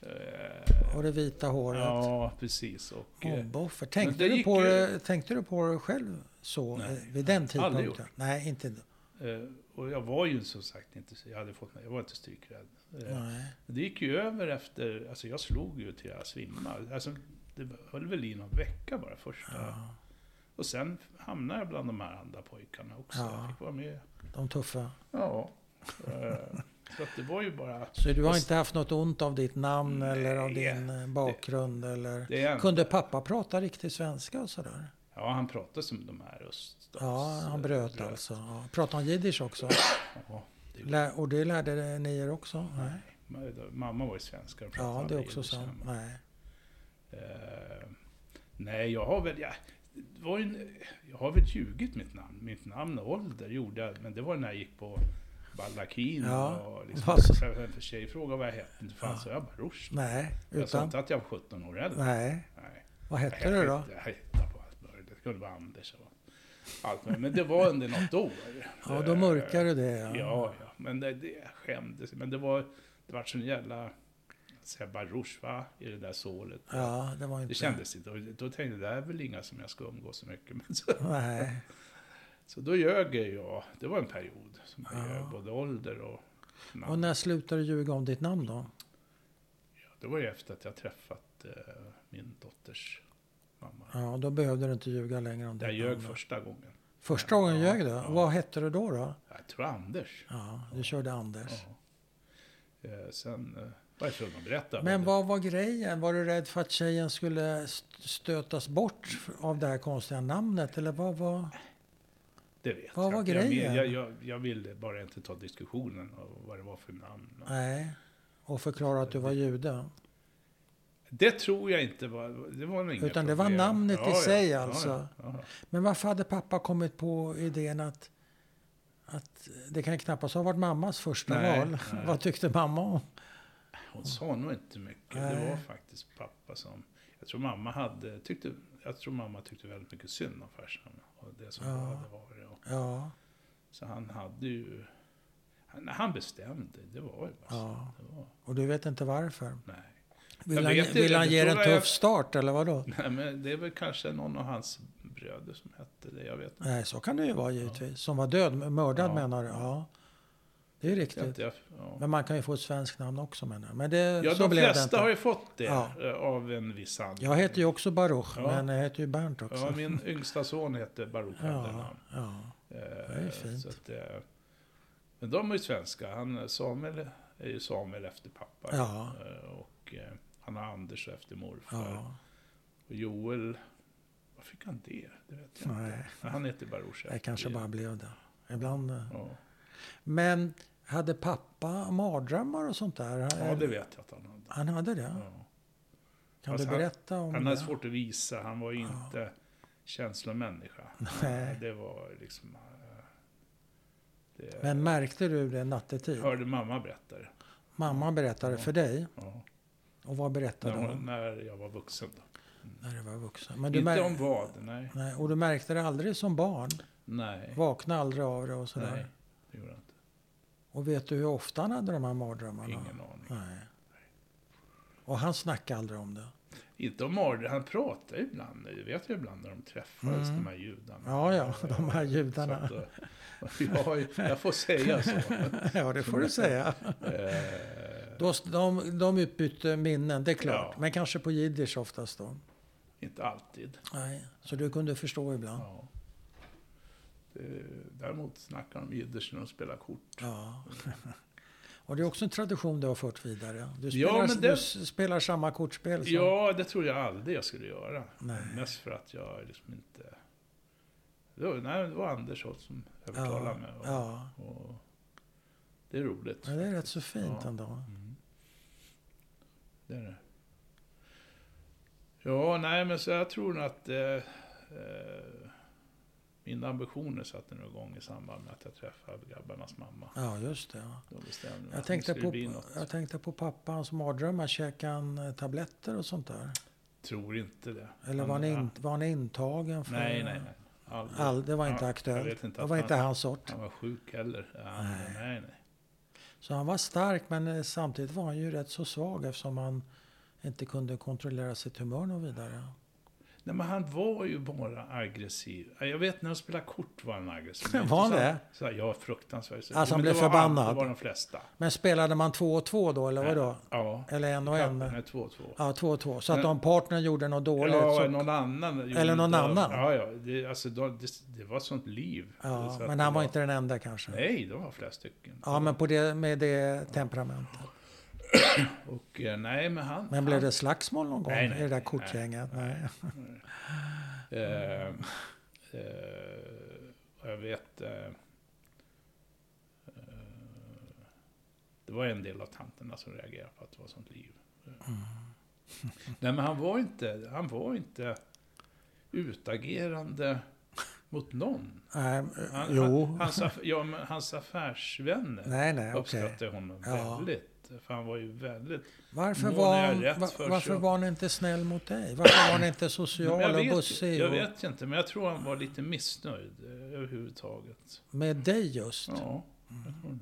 [SPEAKER 2] och... Eh,
[SPEAKER 1] Och det vita håret.
[SPEAKER 2] ja, precis. Och, eh,
[SPEAKER 1] Mobboffer.
[SPEAKER 2] Men
[SPEAKER 1] Tänkte,
[SPEAKER 2] det
[SPEAKER 1] du
[SPEAKER 2] gick
[SPEAKER 1] på
[SPEAKER 2] ju-
[SPEAKER 1] det- tänkte du på det själv så
[SPEAKER 2] Nej.
[SPEAKER 1] eh, vid den
[SPEAKER 2] Aldrig
[SPEAKER 1] tidpunkten? Nej, inte då.
[SPEAKER 2] eh, och jag var ju som sagt inte... så- Jag, hade fått, jag var inte strykträdd. Eh,
[SPEAKER 1] Nej.
[SPEAKER 2] det gick ju över efter... Alltså jag slog ju till jag svimmade. Alltså, det höll väl i någon vecka bara första.
[SPEAKER 1] Ja.
[SPEAKER 2] Och sen hamnade jag bland de här andra pojkarna också.
[SPEAKER 1] Ja.
[SPEAKER 2] Jag fick vara med.
[SPEAKER 1] De tuffa.
[SPEAKER 2] Ja. Eh, så att det var ju bara...
[SPEAKER 1] Så du har
[SPEAKER 2] Och-
[SPEAKER 1] inte haft något ont av ditt namn eller av
[SPEAKER 2] Nej,
[SPEAKER 1] din eh, bakgrund? Eller...
[SPEAKER 2] Det är en,
[SPEAKER 1] Kunde pappa prata riktig svenska och sådär?
[SPEAKER 2] Ja, han pratar som de här öststats...
[SPEAKER 1] Ja, han bröt alltså. Ja. Pratade han jiddisch också?
[SPEAKER 2] Ja, det gjorde
[SPEAKER 1] Lä- och det lärde ni er också? Nej.
[SPEAKER 2] Ma- Mamma var ju svenska. och pratade
[SPEAKER 1] Ja, det är
[SPEAKER 2] aldrig
[SPEAKER 1] också
[SPEAKER 2] jiddisch
[SPEAKER 1] sant.
[SPEAKER 2] hemma.
[SPEAKER 1] Nej.
[SPEAKER 2] Eh, nej, jag har väl... Jag, det var ju, en- jag har väl ljugit mitt namn. Mitt namn och ålder gjorde jag, men det var när jag gick på Ballakin
[SPEAKER 1] Ja,
[SPEAKER 2] och
[SPEAKER 1] vad så-
[SPEAKER 2] liksom, för, för tjej frågade vad jag hette. Inte fan
[SPEAKER 1] Ja.
[SPEAKER 2] sa jag Baruch.
[SPEAKER 1] Nej,
[SPEAKER 2] Jag sa
[SPEAKER 1] utan...
[SPEAKER 2] inte att jag var 17 år äldre.
[SPEAKER 1] Nej.
[SPEAKER 2] Nej.
[SPEAKER 1] Vad hette
[SPEAKER 2] Jag
[SPEAKER 1] du då?
[SPEAKER 2] hette- Jag hittade på allt möjligt. Det kunde vara Anders och allt möjligt. Men det var under något år.
[SPEAKER 1] Ja, då mörkar du det.
[SPEAKER 2] Ja, ja. Men det, det jag skämdes. Men det var... Det var sån jävla... Säga Baruch, va? I det där såret.
[SPEAKER 1] Ja, det var inte...
[SPEAKER 2] Det kändes inte. Och då tänkte jag, det här är väl inga som jag ska umgås så mycket med. [laughs] Så,
[SPEAKER 1] Nej.
[SPEAKER 2] så då ljög jag. Det var en period som jag
[SPEAKER 1] Ja.
[SPEAKER 2] ljög, både ålder och namn.
[SPEAKER 1] Och när slutade du ljuga om ditt namn då?
[SPEAKER 2] Ja, det var ju efter att jag träffat eh, min dotters mamma.
[SPEAKER 1] Ja, då behövde du inte ljuga längre om ditt
[SPEAKER 2] Jag
[SPEAKER 1] namn.
[SPEAKER 2] ljög
[SPEAKER 1] då.
[SPEAKER 2] första gången.
[SPEAKER 1] Första gången
[SPEAKER 2] Ja,
[SPEAKER 1] ljög du?
[SPEAKER 2] ja.
[SPEAKER 1] Vad hette du då? då?
[SPEAKER 2] Jag tror Anders.
[SPEAKER 1] Ja, du körde Anders.
[SPEAKER 2] Ja. Eh, sen eh, var jag tvungen att berätta.
[SPEAKER 1] Men vad var grejen? Var du rädd för att tjejen skulle st- stötas bort av det här konstiga namnet? Eller vad var...
[SPEAKER 2] det vet
[SPEAKER 1] vad
[SPEAKER 2] jag.
[SPEAKER 1] var
[SPEAKER 2] inte. Jag men-
[SPEAKER 1] grejen?
[SPEAKER 2] Jag, jag, jag ville bara inte ta diskussionen om vad det var för namn.
[SPEAKER 1] Nej. Och förklara att du var jude.
[SPEAKER 2] Det tror jag inte var... Det var nog inga
[SPEAKER 1] Utan det var
[SPEAKER 2] problem.
[SPEAKER 1] namnet i sig
[SPEAKER 2] ja,
[SPEAKER 1] alltså.
[SPEAKER 2] Ja, ja.
[SPEAKER 1] Men varför hade pappa kommit på idén att... att det kan knappast ha varit mammas första
[SPEAKER 2] Nej,
[SPEAKER 1] val. [laughs]
[SPEAKER 2] nej.
[SPEAKER 1] vad tyckte mamma om?
[SPEAKER 2] Hon sa nog inte mycket. Det
[SPEAKER 1] Nej.
[SPEAKER 2] var faktiskt pappa som... Jag tror mamma hade... Tyckte, jag tror mamma tyckte väldigt mycket synd om farsan. Och det som
[SPEAKER 1] Ja.
[SPEAKER 2] hade varit. Och,
[SPEAKER 1] Ja,
[SPEAKER 2] så han hade ju... Han, han bestämde. Det var ju bara så.
[SPEAKER 1] Ja.
[SPEAKER 2] Det var,
[SPEAKER 1] och du vet inte varför.
[SPEAKER 2] nej. Jag
[SPEAKER 1] Vill han,
[SPEAKER 2] vet inte,
[SPEAKER 1] vill han
[SPEAKER 2] jag
[SPEAKER 1] ge er en
[SPEAKER 2] tror
[SPEAKER 1] tuff
[SPEAKER 2] jag-
[SPEAKER 1] start eller vadå?
[SPEAKER 2] Nej, men det är väl kanske någon av hans bröder som hette det, jag vet inte.
[SPEAKER 1] Nej, så kan det ju vara givetvis. Som var död, mördad
[SPEAKER 2] Ja.
[SPEAKER 1] menar du? Ja. Det är
[SPEAKER 2] Jag,
[SPEAKER 1] riktigt.
[SPEAKER 2] jag, ja.
[SPEAKER 1] Men man kan ju få ett svenskt namn också menar jag. Men det,
[SPEAKER 2] ja,
[SPEAKER 1] Eh, så
[SPEAKER 2] de
[SPEAKER 1] blev det
[SPEAKER 2] flesta
[SPEAKER 1] inte.
[SPEAKER 2] har ju fått det
[SPEAKER 1] Ja.
[SPEAKER 2] eh, av en viss anledning.
[SPEAKER 1] Jag heter ju också Baruch,
[SPEAKER 2] Ja.
[SPEAKER 1] men jag heter ju Bernt också.
[SPEAKER 2] Ja, min yngsta son heter Baruch
[SPEAKER 1] ja,
[SPEAKER 2] Abdelham.
[SPEAKER 1] ja.
[SPEAKER 2] Eh,
[SPEAKER 1] är ju fint.
[SPEAKER 2] Så att, eh, men de är ju svenska. Han, Samuel är ju Samuel efter pappa.
[SPEAKER 1] Ja.
[SPEAKER 2] Eh, Och eh, han har Anders efter morfar.
[SPEAKER 1] ja.
[SPEAKER 2] Och Joel, var fick han det? Det vet jag inte.
[SPEAKER 1] Nej,
[SPEAKER 2] Men Han heter Baruch
[SPEAKER 1] det kanske bara blev det. Ibland. eh.
[SPEAKER 2] Ja.
[SPEAKER 1] Men hade pappa mardrömmar och sånt där?
[SPEAKER 2] ja, det vet jag att han hade.
[SPEAKER 1] Han hade det?
[SPEAKER 2] Ja.
[SPEAKER 1] Kan
[SPEAKER 2] Fast
[SPEAKER 1] du
[SPEAKER 2] han-
[SPEAKER 1] berätta om
[SPEAKER 2] Han
[SPEAKER 1] det?
[SPEAKER 2] hade svårt att visa, han var ju inte känslomänniska.
[SPEAKER 1] Nej.
[SPEAKER 2] Det var liksom... eh, Det
[SPEAKER 1] Men märkte du det nattetid?
[SPEAKER 2] hörde mamma berätta det.
[SPEAKER 1] Mamma berättade för dig.
[SPEAKER 2] Ja.
[SPEAKER 1] Och vad berättade
[SPEAKER 2] När,
[SPEAKER 1] hon?
[SPEAKER 2] när jag var vuxen då.
[SPEAKER 1] När du var vuxen. Men du
[SPEAKER 2] inte
[SPEAKER 1] mär-
[SPEAKER 2] om vad, nej.
[SPEAKER 1] Nej, och du märkte det aldrig som barn?
[SPEAKER 2] Nej,
[SPEAKER 1] Vaknade aldrig av det och
[SPEAKER 2] nej.
[SPEAKER 1] sådär?
[SPEAKER 2] Det gjorde jag inte.
[SPEAKER 1] Och vet du hur ofta han hade de här mardrömmarna?
[SPEAKER 2] Ingen aning.
[SPEAKER 1] Nej. Och han snackade aldrig om det?
[SPEAKER 2] Inte om Arne, han pratade ju ibland, det vet jag ibland när de träffades,
[SPEAKER 1] Mm.
[SPEAKER 2] de här judarna.
[SPEAKER 1] Ja,
[SPEAKER 2] Eh,
[SPEAKER 1] ja, de här
[SPEAKER 2] Så att,
[SPEAKER 1] judarna.
[SPEAKER 2] eh, [laughs] jag, har ju- jag får
[SPEAKER 1] [laughs]
[SPEAKER 2] säga så.
[SPEAKER 1] Ja, det får du säga.
[SPEAKER 2] Eh,
[SPEAKER 1] Då- De, de utbytte minnen, det är klart.
[SPEAKER 2] Ja.
[SPEAKER 1] Men kanske på jiddisch oftast då.
[SPEAKER 2] inte alltid.
[SPEAKER 1] Nej, så du kunde förstå ibland.
[SPEAKER 2] Ja. Det- Däremot snackar de jiddisch när de spelar kort.
[SPEAKER 1] Ja. [laughs] Och det är också en tradition du har fört vidare. Du
[SPEAKER 2] Ja,
[SPEAKER 1] spelar,
[SPEAKER 2] men det-
[SPEAKER 1] du s- spelar samma kortspel som...
[SPEAKER 2] Ja, det tror jag aldrig jag skulle göra.
[SPEAKER 1] Nej.
[SPEAKER 2] Mest för att jag liksom inte... Det var, nej, det var Anders Holt som övertalade
[SPEAKER 1] ja.
[SPEAKER 2] mig. Och,
[SPEAKER 1] ja.
[SPEAKER 2] och, det är roligt.
[SPEAKER 1] Men det är rätt så fint
[SPEAKER 2] Ja.
[SPEAKER 1] ändå.
[SPEAKER 2] Mm. Det är det. Ja, nej, men så jag tror nog att... Eh, eh, mina ambitioner satte nog igång i samband med att jag träffade grabbarnas mamma.
[SPEAKER 1] Ja, just det. Ja.
[SPEAKER 2] Då bestämde mig att
[SPEAKER 1] Jag,
[SPEAKER 2] nu
[SPEAKER 1] tänkte
[SPEAKER 2] ska det
[SPEAKER 1] på,
[SPEAKER 2] bli något.
[SPEAKER 1] jag tänkte på pappans mardrömmar. Käkade han eh, tabletter och sånt där?
[SPEAKER 2] Tror inte det.
[SPEAKER 1] Eller var han,
[SPEAKER 2] ja.
[SPEAKER 1] in, var han intagen? För,
[SPEAKER 2] Nej, nej, nej. Aldrig.
[SPEAKER 1] All, det var inte
[SPEAKER 2] Ja, jag
[SPEAKER 1] aktuellt.
[SPEAKER 2] vet inte
[SPEAKER 1] det
[SPEAKER 2] att
[SPEAKER 1] var
[SPEAKER 2] han-
[SPEAKER 1] inte hans sort.
[SPEAKER 2] Han var sjuk heller. Ja,
[SPEAKER 1] Nej.
[SPEAKER 2] nej. nej, nej.
[SPEAKER 1] Så han var stark, men eh, samtidigt var han ju rätt så svag eftersom han inte kunde kontrollera sitt humör något vidare.
[SPEAKER 2] men han var ju bara aggressiv. Ja, Jag vet när han spelade kort var han aggressiv.
[SPEAKER 1] [laughs]
[SPEAKER 2] Men
[SPEAKER 1] Var han
[SPEAKER 2] inte så-
[SPEAKER 1] det?
[SPEAKER 2] Så här, ja, fruktansvärt.
[SPEAKER 1] Alltså, han
[SPEAKER 2] Men
[SPEAKER 1] blev
[SPEAKER 2] det var
[SPEAKER 1] förbannad.
[SPEAKER 2] Han, det var de flesta.
[SPEAKER 1] Men spelade man två och två då, eller vadå?
[SPEAKER 2] Ja.
[SPEAKER 1] Eller en och en?
[SPEAKER 2] Nej, två och två.
[SPEAKER 1] Ja, två och två. Så att
[SPEAKER 2] Men-
[SPEAKER 1] om partnern gjorde något Mm. dåligt
[SPEAKER 2] ja,
[SPEAKER 1] så...
[SPEAKER 2] någon annan. gjorde
[SPEAKER 1] Eller någon
[SPEAKER 2] inte-
[SPEAKER 1] annan.
[SPEAKER 2] Ja, ja. Det, alltså, då- det, det var sånt liv.
[SPEAKER 1] Ja,
[SPEAKER 2] Så att
[SPEAKER 1] men
[SPEAKER 2] det
[SPEAKER 1] han var inte den enda kanske?
[SPEAKER 2] Nej, de var flera stycken.
[SPEAKER 1] Ja, men på det, med det temperamentet.
[SPEAKER 2] Och eh, nej, men han...
[SPEAKER 1] Men blev det slagsmål någon gång
[SPEAKER 2] Nej, nej,
[SPEAKER 1] i det där
[SPEAKER 2] nej,
[SPEAKER 1] kortgänget? Nej.
[SPEAKER 2] han, Eh, eh, vad jag vet... Eh, eh, det var en del av tanterna som reagerade på att det var sånt liv.
[SPEAKER 1] Mm.
[SPEAKER 2] Nej, men han var inte, han var inte utagerande mot någon.
[SPEAKER 1] Nej, eh,
[SPEAKER 2] Han,
[SPEAKER 1] jo.
[SPEAKER 2] han, hans, aff- ja, men hans affärsvänner
[SPEAKER 1] nej, nej, okej.
[SPEAKER 2] uppskattade honom
[SPEAKER 1] Ja.
[SPEAKER 2] väldigt. För han var ju väldigt...
[SPEAKER 1] Varför,
[SPEAKER 2] Må
[SPEAKER 1] var,
[SPEAKER 2] när jag
[SPEAKER 1] han-
[SPEAKER 2] rätt
[SPEAKER 1] va,
[SPEAKER 2] för
[SPEAKER 1] varför
[SPEAKER 2] så-
[SPEAKER 1] var han inte snäll mot dig? Varför var han inte
[SPEAKER 2] Men
[SPEAKER 1] social och
[SPEAKER 2] jag, vet, ju-
[SPEAKER 1] bussig?
[SPEAKER 2] jag
[SPEAKER 1] och-
[SPEAKER 2] vet inte, men jag tror han var lite missnöjd eh, överhuvudtaget.
[SPEAKER 1] Med dig just?
[SPEAKER 2] Ja, jag tror det.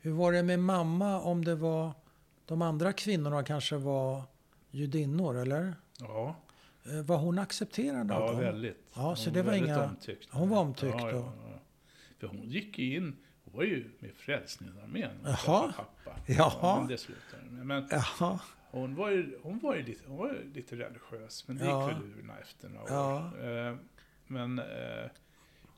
[SPEAKER 1] Hur var det med mamma om det var... De andra kvinnorna kanske var judinnor, eller?
[SPEAKER 2] Ja,
[SPEAKER 1] Eh, Var hon accepterad
[SPEAKER 2] ja
[SPEAKER 1] av dem?
[SPEAKER 2] väldigt.
[SPEAKER 1] Ja, så
[SPEAKER 2] Hon
[SPEAKER 1] det var
[SPEAKER 2] väldigt
[SPEAKER 1] inga-
[SPEAKER 2] Omtyckt.
[SPEAKER 1] hon var omtyckt
[SPEAKER 2] ja,
[SPEAKER 1] då.
[SPEAKER 2] ja, ja. För hon gick ju in, hon var ju med Frälsningsarmén. och
[SPEAKER 1] Jaha.
[SPEAKER 2] träffade Pappa.
[SPEAKER 1] Jaha.
[SPEAKER 2] men det slutade med. Men
[SPEAKER 1] Jaha.
[SPEAKER 2] hon var ju, hon var ju, lite, hon var ju lite religiös, men det
[SPEAKER 1] Ja.
[SPEAKER 2] gick väl urna efter några år.
[SPEAKER 1] Ja.
[SPEAKER 2] Eh, Men eh,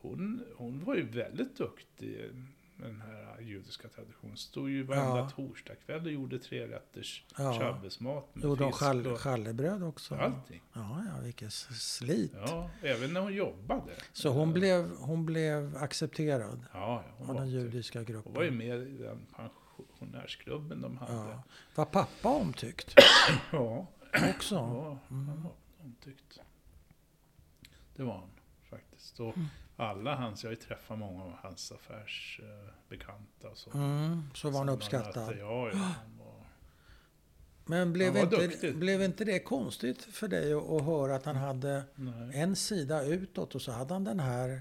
[SPEAKER 2] hon, hon var ju väldigt duktig med den här judiska traditionen. Stod ju varenda
[SPEAKER 1] Ja.
[SPEAKER 2] torsdagkväll och gjorde trerätters
[SPEAKER 1] Ja.
[SPEAKER 2] shabbesmat med
[SPEAKER 1] Gjorde hon
[SPEAKER 2] fisk
[SPEAKER 1] skall,
[SPEAKER 2] och
[SPEAKER 1] skallebröd också?
[SPEAKER 2] allting.
[SPEAKER 1] Ja, ja, vilket s- slit.
[SPEAKER 2] Ja, även när hon jobbade.
[SPEAKER 1] Så hon blev, hon blev accepterad
[SPEAKER 2] Ja, hon
[SPEAKER 1] av den
[SPEAKER 2] var,
[SPEAKER 1] judiska
[SPEAKER 2] hon var ju
[SPEAKER 1] gruppen?
[SPEAKER 2] med i den pensionärsklubben de hade.
[SPEAKER 1] Ja. Var pappa omtyckt
[SPEAKER 2] Ja,
[SPEAKER 1] också?
[SPEAKER 2] ja han var omtyckt. Det var han faktiskt. Och
[SPEAKER 1] Mm.
[SPEAKER 2] alla hans, jag har ju träffat många av hans affärsbekanta och så.
[SPEAKER 1] Mm, så var han
[SPEAKER 2] Som
[SPEAKER 1] uppskattad.
[SPEAKER 2] mötte- Ja,
[SPEAKER 1] [gasps]
[SPEAKER 2] ja, han var,
[SPEAKER 1] Men blev
[SPEAKER 2] var
[SPEAKER 1] inte,
[SPEAKER 2] duktig.
[SPEAKER 1] blev inte det konstigt för dig att, att höra att han hade
[SPEAKER 2] nej.
[SPEAKER 1] en sida utåt och så hade han den här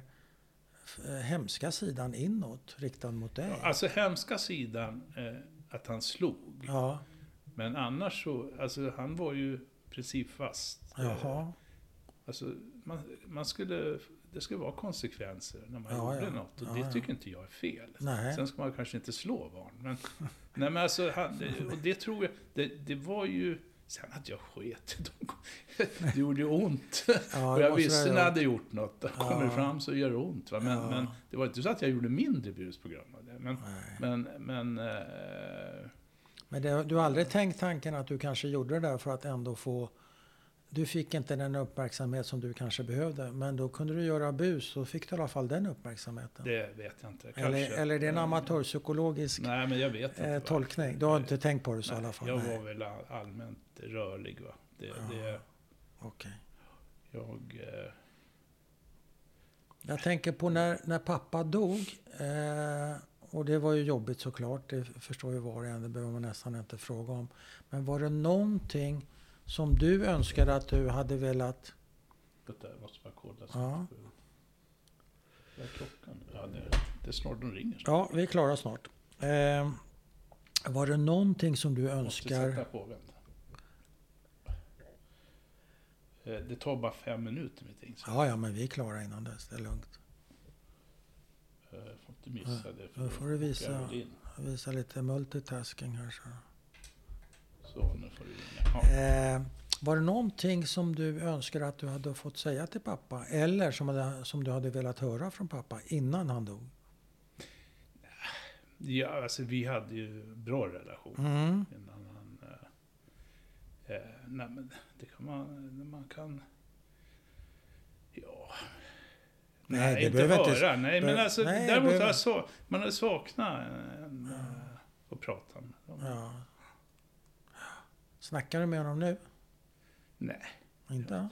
[SPEAKER 1] eh, hemska sidan inåt riktad mot dig?
[SPEAKER 2] Alltså hemska sidan, eh, att han slog.
[SPEAKER 1] Ja,
[SPEAKER 2] Men annars så, alltså han var ju principfast. Eh,
[SPEAKER 1] jaha.
[SPEAKER 2] Alltså, man, man skulle, det skulle vara konsekvenser när man
[SPEAKER 1] Ja,
[SPEAKER 2] gjorde
[SPEAKER 1] ja.
[SPEAKER 2] något. Och
[SPEAKER 1] Ja,
[SPEAKER 2] det
[SPEAKER 1] ja.
[SPEAKER 2] tycker inte jag är fel.
[SPEAKER 1] Nej.
[SPEAKER 2] Sen ska man kanske inte slå barn. Men, nej, men alltså, han, och det tror jag, det, det var ju... Sen att jag sket i dem. Det gjorde ju ont.
[SPEAKER 1] Ja,
[SPEAKER 2] och
[SPEAKER 1] det
[SPEAKER 2] jag
[SPEAKER 1] måste
[SPEAKER 2] visste
[SPEAKER 1] det
[SPEAKER 2] när jag
[SPEAKER 1] ha
[SPEAKER 2] hade gjort något. Då kommer det
[SPEAKER 1] Ja.
[SPEAKER 2] fram så gör det ont. Va? Men,
[SPEAKER 1] Ja.
[SPEAKER 2] men det var inte så att jag gjorde mindre bus på grund av det. Men,
[SPEAKER 1] Nej.
[SPEAKER 2] men, men eh,
[SPEAKER 1] Men det, du har aldrig tänkt tanken att du kanske gjorde det där för att ändå få... Du fick inte den uppmärksamhet som du kanske behövde, men då kunde du göra bus så fick du i alla fall den uppmärksamheten.
[SPEAKER 2] det vet jag inte. Kanske. Eh,
[SPEAKER 1] eller, eller är det en amatörpsykologisk
[SPEAKER 2] Nej, men jag vet inte.
[SPEAKER 1] eh,
[SPEAKER 2] va.
[SPEAKER 1] tolkning? Du har inte tänkt på det så i
[SPEAKER 2] Nej,
[SPEAKER 1] alla fall?
[SPEAKER 2] jag
[SPEAKER 1] Nej.
[SPEAKER 2] var väl all- allmänt rörlig. Va? Det,
[SPEAKER 1] Ja.
[SPEAKER 2] det,
[SPEAKER 1] Okej.
[SPEAKER 2] jag, eh,
[SPEAKER 1] Jag tänker på när, när pappa dog. Eh, och det var ju jobbigt såklart, det förstår ju var och en, det behöver man nästan inte fråga om. Men var det någonting som du önskade att du hade velat...
[SPEAKER 2] vänta, jag måste bara kolla.
[SPEAKER 1] Ja.
[SPEAKER 2] Vad är klockan? Ja, det, det är snart de ringer. snart.
[SPEAKER 1] Ja, vi är klara snart. Eh, var det någonting som du
[SPEAKER 2] Jag måste sätta
[SPEAKER 1] önskar...
[SPEAKER 2] på, vänta. Eh, Det tar bara fem minuter mitt ting. Så
[SPEAKER 1] Ja, ja, men vi är klara innan dess. Det är lugnt.
[SPEAKER 2] eh, jag får inte missa det.
[SPEAKER 1] nu får du
[SPEAKER 2] då
[SPEAKER 1] visa.
[SPEAKER 2] åker jag väl in.
[SPEAKER 1] Jag visar lite multitasking här. Så.
[SPEAKER 2] Så, nu får du ringa. Ja.
[SPEAKER 1] Eh, var det någonting som du önskar att du hade fått säga till pappa? Eller som, hade, som du hade velat höra från pappa innan han dog? Eh.
[SPEAKER 2] Ja, alltså, vi hade ju bra relation.
[SPEAKER 1] Mm.
[SPEAKER 2] Innan han... eh, Eh, nej, men det kan man... när Man kan... Ja...
[SPEAKER 1] Nej,
[SPEAKER 2] Nej,
[SPEAKER 1] det
[SPEAKER 2] inte
[SPEAKER 1] behöver
[SPEAKER 2] höra.
[SPEAKER 1] inte-
[SPEAKER 2] Nej, men
[SPEAKER 1] behöver-
[SPEAKER 2] alltså,
[SPEAKER 1] nej, det
[SPEAKER 2] däremot
[SPEAKER 1] behöver-
[SPEAKER 2] har jag så, man har saknat en, eh, att prata med dem.
[SPEAKER 1] Ja. Snackar du med honom nu?
[SPEAKER 2] Nej,
[SPEAKER 1] Inte?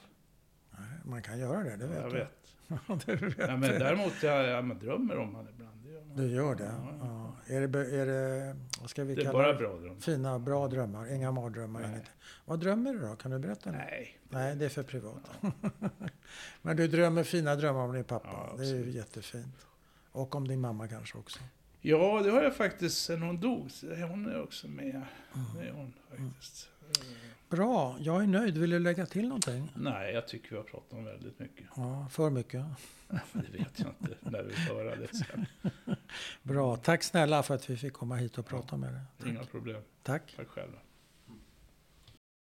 [SPEAKER 1] Nej, man kan göra det, det vet
[SPEAKER 2] jag
[SPEAKER 1] du.
[SPEAKER 2] vet.
[SPEAKER 1] [laughs] Ja, det vet
[SPEAKER 2] Nej, men däremot jag, jag men drömmer om honom ibland. Det, gör man.
[SPEAKER 1] Du gör det?
[SPEAKER 2] Ja,
[SPEAKER 1] Ja. Är, det be- är det, vad ska vi
[SPEAKER 2] det är
[SPEAKER 1] kalla
[SPEAKER 2] bara
[SPEAKER 1] det?
[SPEAKER 2] bra drömmar.
[SPEAKER 1] Fina, bra drömmar? Inga mardrömmar?
[SPEAKER 2] Nej.
[SPEAKER 1] Inget. Vad drömmer du då? Kan du berätta? det?
[SPEAKER 2] Nej.
[SPEAKER 1] Nej, det är för privat. [laughs] Men du drömmer fina drömmar om din pappa.
[SPEAKER 2] Ja,
[SPEAKER 1] det är ju
[SPEAKER 2] absolut.
[SPEAKER 1] jättefint. Och om din mamma kanske också.
[SPEAKER 2] Ja, det har jag faktiskt sen hon dog. så Hon är också med. Det är hon faktiskt. Eh,
[SPEAKER 1] Bra, jag är nöjd. Vill du lägga till någonting?
[SPEAKER 2] Nej, jag tycker vi har pratat om väldigt mycket.
[SPEAKER 1] Ja, för mycket.
[SPEAKER 2] Men Det vet jag inte när vi får höra det sen.
[SPEAKER 1] Bra, tack snälla för att vi fick komma hit och prata med dig.
[SPEAKER 2] Inga problem.
[SPEAKER 1] Tack.
[SPEAKER 2] Tack själv.